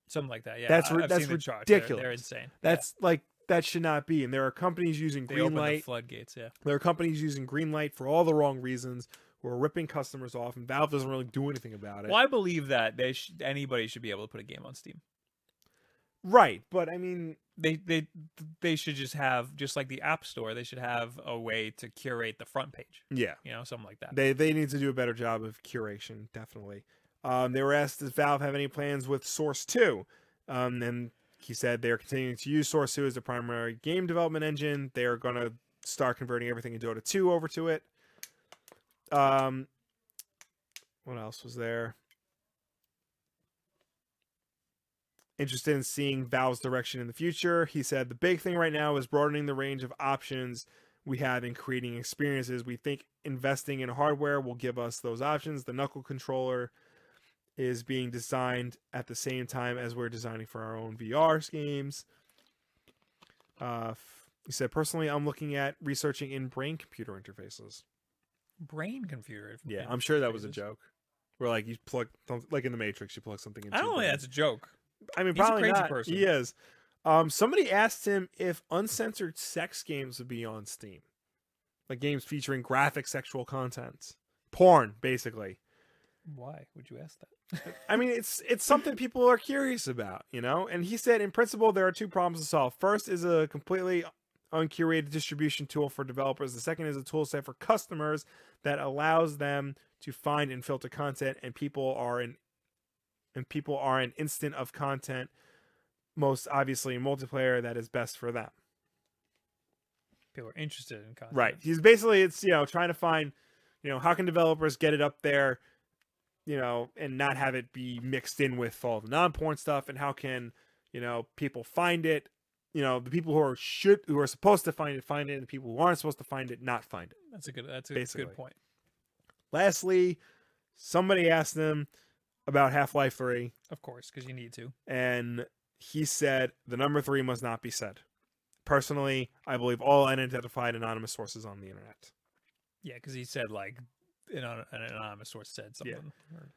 Speaker 2: Something like that. Yeah.
Speaker 3: That's
Speaker 2: I-
Speaker 3: ri-
Speaker 2: I've
Speaker 3: that's
Speaker 2: seen the charts. They're- They're,
Speaker 3: ridiculous.
Speaker 2: insane. Yeah.
Speaker 3: That's like that should not be. And there are companies using
Speaker 2: they open the
Speaker 3: Greenlight.
Speaker 2: floodgates, yeah.
Speaker 3: there are companies using Greenlight for all the wrong reasons. who are ripping customers off, and Valve doesn't really do anything about it.
Speaker 2: Well, I believe that they sh- anybody should be able to put a game on Steam.
Speaker 3: Right, but I mean,
Speaker 2: they they they should just have just like the app store they should have a way to curate the front page
Speaker 3: yeah.
Speaker 2: you know something like that
Speaker 3: They they need to do a better job of curation, definitely. Um, they were asked does Valve have any plans with Source Two, um, and he said they're continuing to use Source Two as the primary game development engine. They are going to start converting everything in Dota Two over to it. Um, what else was there? interested in seeing Valve's direction in the future. He said the big thing right now is broadening the range of options we have in creating experiences. We think investing in hardware will give us those options. The knuckle controller is being designed at the same time as we're designing for our own VR games. Uh, f- he said, personally, I'm looking at researching in brain computer interfaces.
Speaker 2: Brain computer.
Speaker 3: Yeah, I'm sure that was a
Speaker 2: interfaces.
Speaker 3: joke. Where like you plug, like in the Matrix, you plug something. Into
Speaker 2: I don't
Speaker 3: your
Speaker 2: think
Speaker 3: brain.
Speaker 2: that's a joke.
Speaker 3: I mean,
Speaker 2: He's a
Speaker 3: probably
Speaker 2: crazy
Speaker 3: not.
Speaker 2: person.
Speaker 3: He is. Um, somebody asked him if uncensored sex games would be on Steam, like games featuring graphic sexual content, porn, basically.
Speaker 2: Why would you ask that?
Speaker 3: I mean, it's it's something people are curious about, you know. And he said, in principle, there are two problems to solve. First is a completely uncurated distribution tool for developers. The second is a tool set for customers that allows them to find and filter content, and people are in and people are an instant of content. Most obviously, multiplayer that is best for them.
Speaker 2: People are interested in content.
Speaker 3: Right. He's basically it's you know trying to find, you know, how can developers get it up there, you know, and not have it be mixed in with all the non-porn stuff, and how can you know people find it, you know, the people who are should who are supposed to find it find it, and the people who aren't supposed to find it not find it.
Speaker 2: That's a good. That's a
Speaker 3: Basically.
Speaker 2: good point.
Speaker 3: Lastly, somebody asked him about Half-Life Three,
Speaker 2: Of course, because you need to.
Speaker 3: and he said the number three must not be said. Personally, I believe all unidentified anonymous sources on the internet.
Speaker 2: Yeah, because he said like an, an anonymous source said
Speaker 3: Yeah.
Speaker 2: something. Or,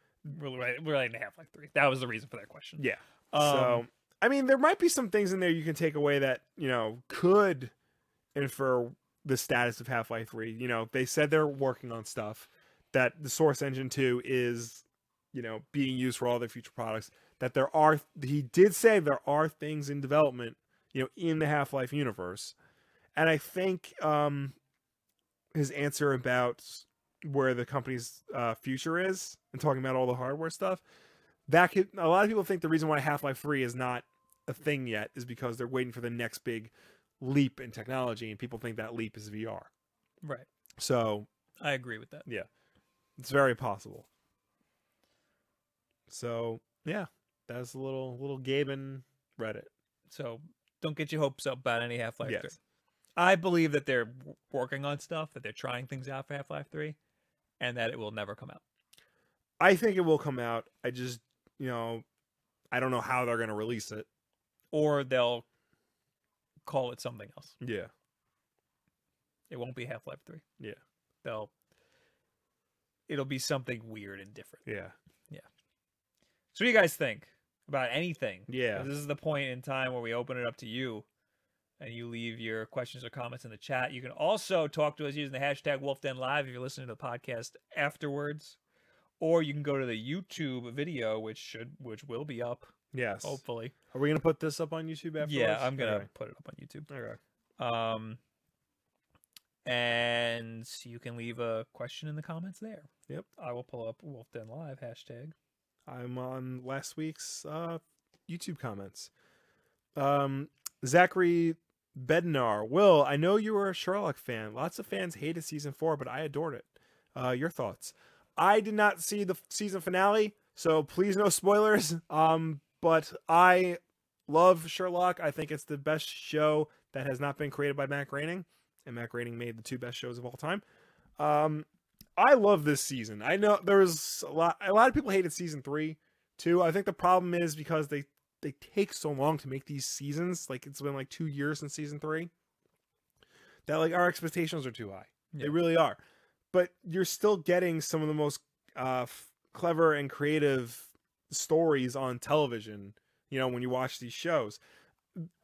Speaker 2: we're right. We're right in half like three. That was the reason for that question.
Speaker 3: Yeah.
Speaker 2: Um,
Speaker 3: so, I mean, there might be some things in there you can take away that, you know, could infer the status of Half Life 3. You know, they said they're working on stuff, that the Source Engine 2 is, you know, being used for all their future products, that there are, he did say there are things in development, you know, in the Half Life universe. And I think um, his answer about where the company's uh, future is and talking about all the hardware stuff that could, a lot of people think the reason why Half-Life 3 is not a thing yet is because they're waiting for the next big leap in technology and people think that leap is VR.
Speaker 2: right.
Speaker 3: So,
Speaker 2: I agree with that.
Speaker 3: it's very possible. So, yeah, that's a little little Gaben Reddit.
Speaker 2: So don't get your hopes up about any Half Life
Speaker 3: Yes.
Speaker 2: Three. I believe that they're w- working on stuff, that they're trying things out for Half Life Three, and that it will never come out.
Speaker 3: I think it will come out. I just, you know, I don't know how they're going to release it.
Speaker 2: Or they'll call it something else.
Speaker 3: Yeah.
Speaker 2: It won't be Half Life Three.
Speaker 3: Yeah.
Speaker 2: They'll. It'll be something weird and different.
Speaker 3: Yeah.
Speaker 2: So, what do you guys think about anything?
Speaker 3: Yeah.
Speaker 2: This is the point in time where we open it up to you and you leave your questions or comments in the chat. You can also talk to us using the hashtag WolfDenLive if you're listening to the podcast afterwards. Or you can go to the YouTube video, which should which will be up,
Speaker 3: Yes.
Speaker 2: hopefully.
Speaker 3: Oh, Are we going to put this up on YouTube afterwards?
Speaker 2: Yeah, I'm gonna
Speaker 3: Okay.
Speaker 2: put it up on YouTube.
Speaker 3: Okay.
Speaker 2: Um and you can leave a question in the comments there.
Speaker 3: Yep.
Speaker 2: I will pull up WolfDenLive hashtag.
Speaker 3: I'm on last week's uh, YouTube comments. Um, Zachary Bednar, Will, I know you were a Sherlock fan. Lots of fans hated season four, but I adored it. Uh, your thoughts? I did not see the season finale, so please no spoilers. Um, but I love Sherlock. I think it's the best show that has not been created by Matt Groening, and Matt Groening made the two best shows of all time. Um, I love this season. I know there was a lot. A lot of people hated season three, too. I think the problem is because they they take so long to make these seasons. Like it's been like two years since season three. That like our expectations are too high. They
Speaker 2: Yeah.
Speaker 3: really are. But you're still getting some of the most uh, f- clever and creative stories on television. You know when you watch these shows,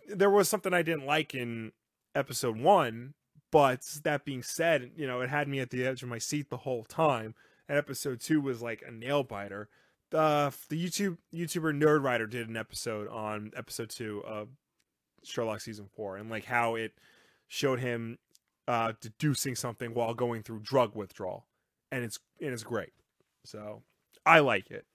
Speaker 3: there was something I didn't like in episode one but that being said, you know, it had me at the edge of my seat the whole time. And episode two was like a nail biter. The the YouTube YouTuber Nerd Rider did an episode on episode two of Sherlock season four and like how it showed him uh deducing something while going through drug withdrawal. And it's and it's great. So I like it.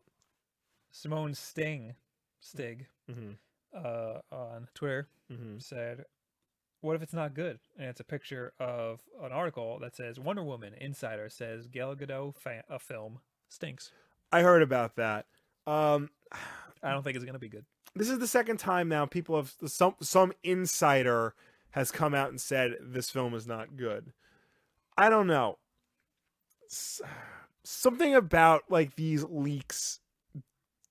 Speaker 2: Simone Sting Stig
Speaker 3: Mm-hmm.
Speaker 2: uh on Twitter
Speaker 3: Mm-hmm.
Speaker 2: said, "What if it's not good?" And it's a picture of an article that says Wonder Woman Insider says Gal Gadot fa- a film stinks.
Speaker 3: I heard about that. Um
Speaker 2: I don't think it's gonna be good.
Speaker 3: this is the second time now people have some some insider has come out and said this film is not good. I don't know. S- Something about like these leaks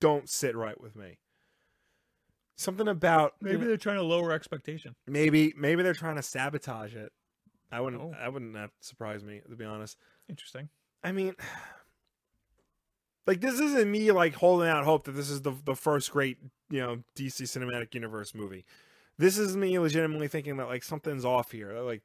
Speaker 3: don't sit right with me. Something about
Speaker 2: Maybe they're trying to lower expectation.
Speaker 3: maybe maybe they're trying to sabotage it. I wouldn't
Speaker 2: Oh.
Speaker 3: I wouldn't that surprise me to be honest.
Speaker 2: Interesting.
Speaker 3: I mean, like this isn't me like holding out hope that this is the the first great you know DC cinematic universe movie. This is me legitimately thinking that like something's off here. that, Like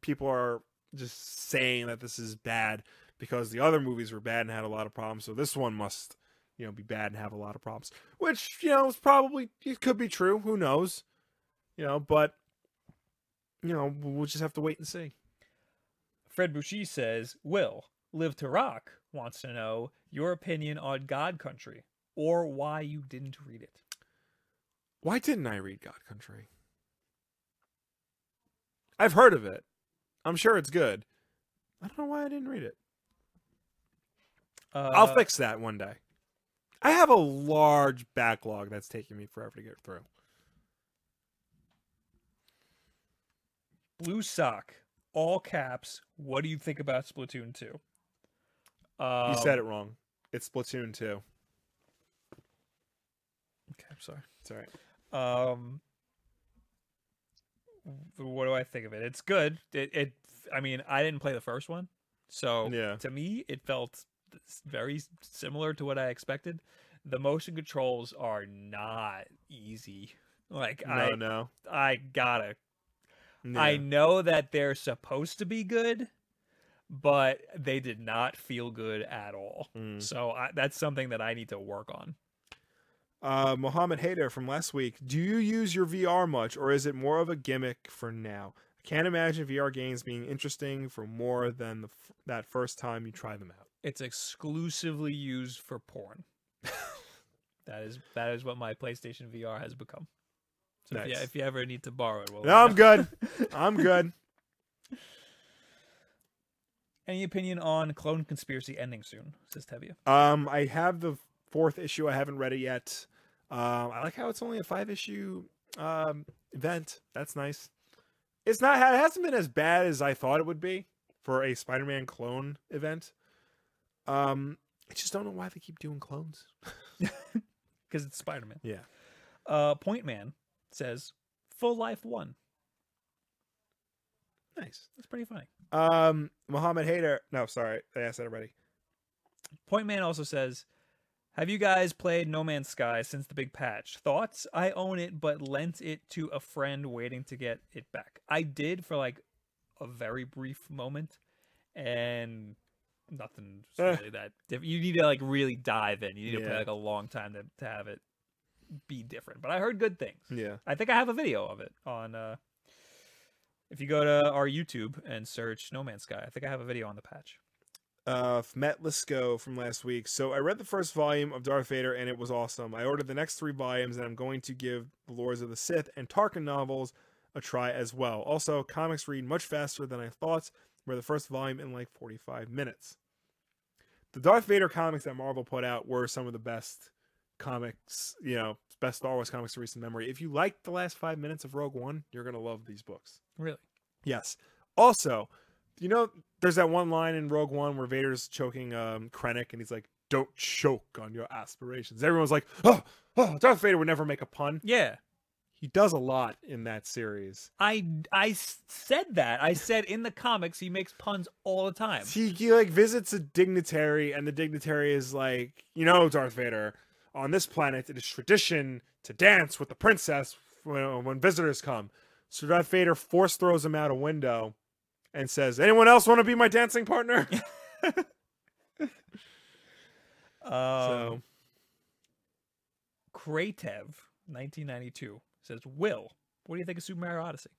Speaker 3: people are just saying that this is bad because the other movies were bad and had a lot of problems, so this one must you know be bad and have a lot of problems. Which you know is probably it could be true. Who knows? You know, but you know we'll just have to wait and see.
Speaker 2: Fred Bouchy says, Will, Live to Rock wants to know your opinion on God Country or why you didn't read it.
Speaker 3: Why didn't I read God Country? I've heard of it. I'm sure it's good. I don't know why I didn't read it.
Speaker 2: Uh,
Speaker 3: I'll fix that one day. I have a large backlog that's taking me forever to get through.
Speaker 2: Blue Sock, all caps. What do you think about Splatoon 2? Um,
Speaker 3: you said it wrong. It's Splatoon 2.
Speaker 2: Okay, I'm sorry.
Speaker 3: It's all right.
Speaker 2: Um, w- what do I think of it? It's good. It, it. I mean, I didn't play the first one, so
Speaker 3: Yeah.
Speaker 2: to me, it felt s- very s- similar to what I expected. The motion controls are not easy. Like
Speaker 3: No,
Speaker 2: I,
Speaker 3: no.
Speaker 2: I gotta.
Speaker 3: Yeah.
Speaker 2: I know that they're supposed to be good, but they did not feel good at all.
Speaker 3: Mm.
Speaker 2: So I, that's something that I need to work on.
Speaker 3: Uh, Mohammed Hader from last week. Do you use your VR much, or is it more of a gimmick for now? I can't imagine VR games being interesting for more than the f- that first time you try them out.
Speaker 2: It's exclusively used for porn. that is that is what my PlayStation VR has become. So if,
Speaker 3: Nice.
Speaker 2: you, if you ever need to borrow it, well,
Speaker 3: No, I'm good. I'm good.
Speaker 2: Any opinion on Clone Conspiracy ending soon? Says Tevia.
Speaker 3: Um, I have the fourth issue. I haven't read it yet. Um, I like how it's only a five issue um event. That's nice. It's not. It hasn't been as bad as I thought it would be for a Spider-Man clone event. Um, I just don't know why they keep doing clones.
Speaker 2: Because it's Spider Man.
Speaker 3: Yeah.
Speaker 2: Uh, Point Man says Full Life One.
Speaker 3: Nice.
Speaker 2: That's pretty funny.
Speaker 3: Um, Mohammed Hader. No, sorry, I asked that already.
Speaker 2: Point Man also says, "Have you guys played No Man's Sky since the big patch? Thoughts? I own it, but lent it to a friend, waiting to get it back. I did for like a very brief moment, and nothing was
Speaker 3: Eh.
Speaker 2: really that. Diff- you need to like really dive in. You need to play
Speaker 3: Yeah.
Speaker 2: like a long time to, to have it be different. But I heard good things.
Speaker 3: Yeah.
Speaker 2: I think I have a video of it on. uh If you go to our YouTube and search No Man's Sky, I think I have a video on the patch.
Speaker 3: uh, f- Matt Lisco from last week. So I read the first volume of Darth Vader and it was awesome. I ordered the next three volumes and I'm going to give the Lords of the Sith and Tarkin novels a try as well. Also, comics read much faster than I thought. Read the first volume in like 45 minutes. The Darth Vader comics that Marvel put out were some of the best comics, you know, best Star Wars comics in recent memory. If you liked the last five minutes of Rogue One, you're going to love these books.
Speaker 2: Really?
Speaker 3: Yes. Also, you know, there's that one line in Rogue One where Vader's choking um, Krennic, and he's like, "Don't choke on your aspirations." Everyone's like, "Oh, oh, Darth Vader would never make a pun."
Speaker 2: Yeah.
Speaker 3: He does a lot in that series.
Speaker 2: I I s- said that. I said in the comics he makes puns all the time.
Speaker 3: He, he like visits a dignitary, and the dignitary is like, "You know, Darth Vader, on this planet, it is tradition to dance with the princess when, when visitors come." So Darth Vader force throws him out a window, and says, "Anyone else want to be my dancing partner?"
Speaker 2: Um,
Speaker 3: so.
Speaker 2: Kratev, 1992, says, Will, what do you think of Super Mario Odyssey?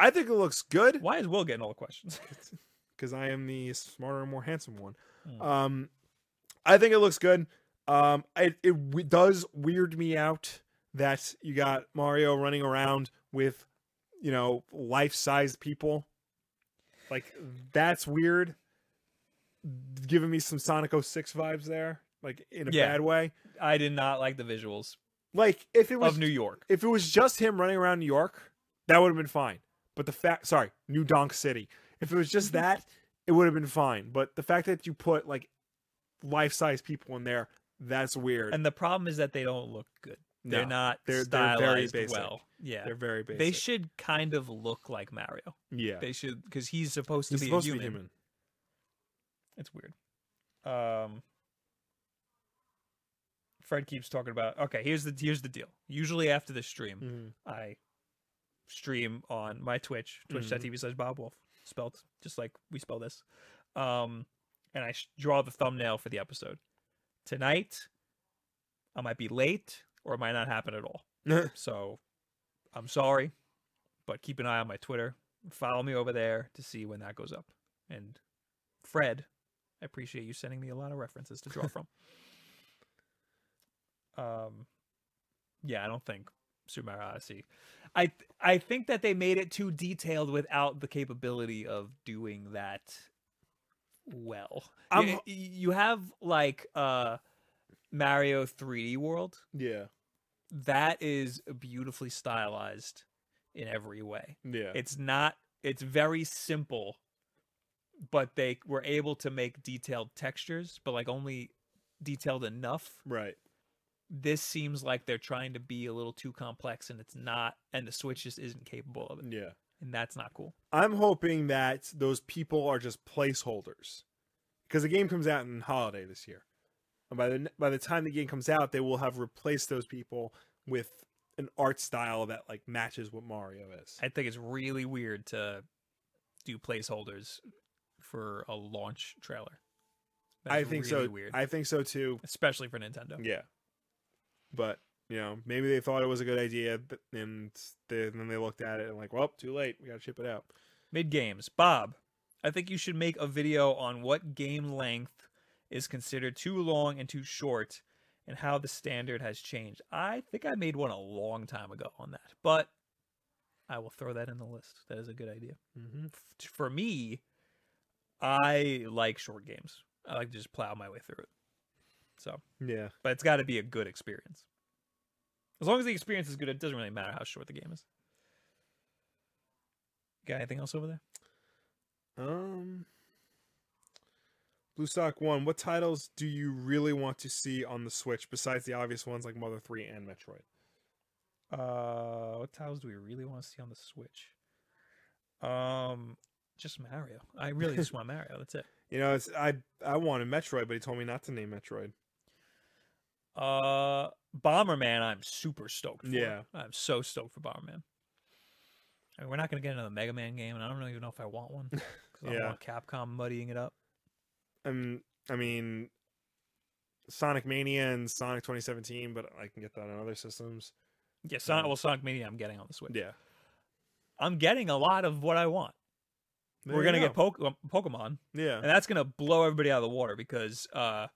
Speaker 3: I think it looks good
Speaker 2: Why is Will getting all the questions?
Speaker 3: because I am the smarter and more handsome one.
Speaker 2: Mm.
Speaker 3: Um, I think it looks good. Um, it it w- does weird me out that you got Mario running around with, you know, life sized people. Like that's weird. Giving me some Sonic 06 vibes there, like in a
Speaker 2: Yeah.
Speaker 3: bad way.
Speaker 2: I did not like the visuals.
Speaker 3: Like if it was
Speaker 2: of New York.
Speaker 3: if it was just him running around New York, that would have been fine. But the fact, sorry, New Donk City. If it was just that, it would have been fine. But the fact that you put like life size people in there, that's weird.
Speaker 2: And the problem is that they don't look good. They're
Speaker 3: No,
Speaker 2: not
Speaker 3: they're- they're very
Speaker 2: stylized
Speaker 3: basic.
Speaker 2: well. Yeah.
Speaker 3: they're very basic.
Speaker 2: They should kind of look like Mario.
Speaker 3: yeah.
Speaker 2: They should because he's supposed to
Speaker 3: He's
Speaker 2: be
Speaker 3: supposed
Speaker 2: a
Speaker 3: to be
Speaker 2: human.
Speaker 3: human.
Speaker 2: It's weird. Um, Fred keeps talking about. Okay, here's the here's the deal. Usually after the stream,
Speaker 3: Hmm.
Speaker 2: I stream on my Twitch, twitch.tv slash Bob Wolf, spelled just like we spell this. Um, and I sh- draw the thumbnail for the episode. Tonight, I might be late or it might not happen at all.
Speaker 3: Mhm.
Speaker 2: So I'm sorry, but keep an eye on my Twitter. Follow me over there to see when that goes up. And Fred, I appreciate you sending me a lot of references to draw from. um, yeah, I don't think Super Mario Odyssey. I th- I think that they made it too detailed without the capability of doing that well.
Speaker 3: I'm-
Speaker 2: You, you have like uh Mario 3D World
Speaker 3: yeah.
Speaker 2: that is beautifully stylized in every way.
Speaker 3: Yeah.
Speaker 2: It's not it's very simple, but they were able to make detailed textures, but like only detailed enough.
Speaker 3: right.
Speaker 2: This seems like they're trying to be a little too complex and it's not and the Switch just isn't capable of it.
Speaker 3: Yeah.
Speaker 2: And that's not cool.
Speaker 3: I'm hoping that those people are just placeholders because the game comes out in holiday this year. And by the by the time the game comes out, they will have replaced those people with an art style that like matches what Mario is.
Speaker 2: I think it's really weird to do placeholders for a launch trailer. That's
Speaker 3: I think
Speaker 2: really
Speaker 3: so.
Speaker 2: weird.
Speaker 3: I think so too.
Speaker 2: Especially for Nintendo.
Speaker 3: Yeah, but you know, maybe they thought it was a good idea, but, and, they, and then they looked at it and like, well, too late. We got to ship it out.
Speaker 2: Mid games. Bob, I think you should make a video on what game length is considered too long and too short and how the standard has changed. I think I made one a long time ago on that, but I will throw that in the list. That is a good idea.
Speaker 3: Mm-hmm.
Speaker 2: F- For me, I like short games. I like to just plow my way through it. So,
Speaker 3: Yeah,
Speaker 2: but it's got to be a good experience. As long as the experience is good, it doesn't really matter how short the game is. Got anything else over there?
Speaker 3: Um, Blue Stock One. What titles do you really want to see on the Switch besides the obvious ones like Mother Three and Metroid?
Speaker 2: Uh, what titles do we really want to see on the Switch? Um, just Mario. I really just want Mario. That's it.
Speaker 3: You know, it's I I wanted Metroid, but he told me not to name Metroid.
Speaker 2: Uh, Bomberman. I'm super stoked. For.
Speaker 3: Yeah.
Speaker 2: I'm so stoked for Bomberman. I mean, we're not gonna get another Mega Man game, and I don't really even know if I want one because I don't
Speaker 3: Yeah.
Speaker 2: want Capcom muddying it up.
Speaker 3: Um, I mean, Sonic Mania and Sonic 2017, but I can get that on other systems.
Speaker 2: Yeah, Sonic.
Speaker 3: Yeah.
Speaker 2: Well, Sonic Mania. I'm getting on the Switch.
Speaker 3: Yeah,
Speaker 2: I'm getting a lot of what I want. we're gonna get Poke- um, Pokemon.
Speaker 3: yeah,
Speaker 2: and that's gonna blow everybody out of the water because uh,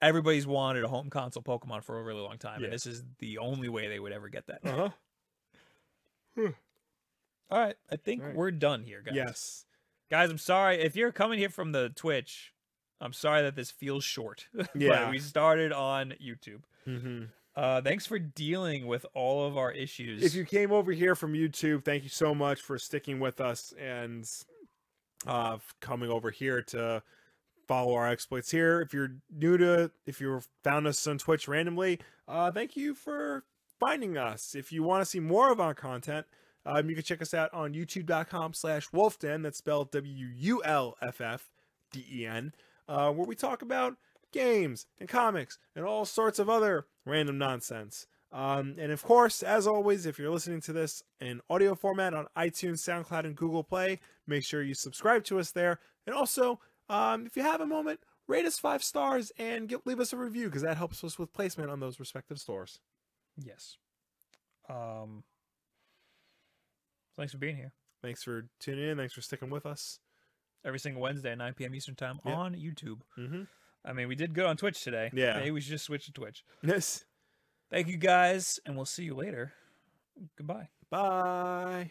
Speaker 2: everybody's wanted a home console Pokemon for a really long time,
Speaker 3: Yeah.
Speaker 2: and this is the only way they would ever get that.
Speaker 3: uh huh.
Speaker 2: All right, I think
Speaker 3: Alright.
Speaker 2: we're done here, guys.
Speaker 3: Yes,
Speaker 2: guys, I'm sorry if you're coming here from the Twitch. I'm sorry that this feels short.
Speaker 3: Yeah.
Speaker 2: but we started on YouTube.
Speaker 3: mm-hmm.
Speaker 2: Uh, thanks for dealing with all of our issues.
Speaker 3: if you came over here from YouTube, thank you so much for sticking with us and uh, f- coming over here to follow our exploits here. If you're new to, if you found us on Twitch randomly, uh, thank you for finding us. If you want to see more of our content, um, you can check us out on youtube.com slash wolfden, that's spelled W-U-L-F-F-D-E-N, uh, where we talk about games and comics and all sorts of other random nonsense. Um, and of course, as always, if you're listening to this in audio format on iTunes, SoundCloud, and Google Play, make sure you subscribe to us there. And also, um, if you have a moment, rate us five stars and get, leave us a review because that helps us with placement on those respective stores.
Speaker 2: yes. Um. Thanks for being here
Speaker 3: Thanks for tuning in. Thanks for sticking with us.
Speaker 2: every single Wednesday at 9 p.m. Eastern Time
Speaker 3: Yeah.
Speaker 2: on YouTube.
Speaker 3: Mm-hmm.
Speaker 2: I mean, we did good on Twitch today.
Speaker 3: Yeah.
Speaker 2: Maybe we should just switch to Twitch.
Speaker 3: Yes.
Speaker 2: Thank you guys, and we'll see you later. Goodbye.
Speaker 3: Bye.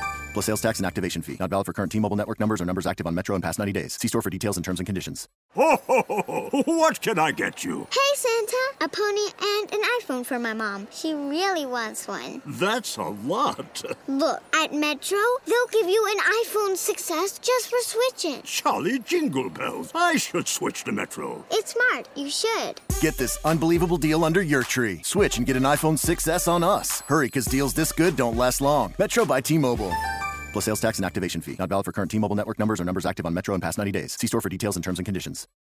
Speaker 5: Plus sales tax and activation fee. Not valid for current T Mobile network numbers or numbers active on Metro in past 90 days. See store for details and terms and conditions.
Speaker 6: Ho, ho, ho, ho, ho, what can I get you?
Speaker 7: Hey, Santa! A pony and an iPhone for my mom. She really wants one.
Speaker 6: That's a lot.
Speaker 7: Look, at Metro, they'll give you an iPhone 6S just for switching.
Speaker 6: Jolly jingle bells. I should switch to Metro.
Speaker 7: It's smart, you should.
Speaker 5: Get this unbelievable deal under your tree. Switch and get an iPhone 6S on us. Hurry, because deals this good don't last long. Metro by T Mobile. Plus sales tax and activation fee. Not valid for current T Mobile network numbers or numbers active on Metro in past 90 days. See store for details and terms and conditions.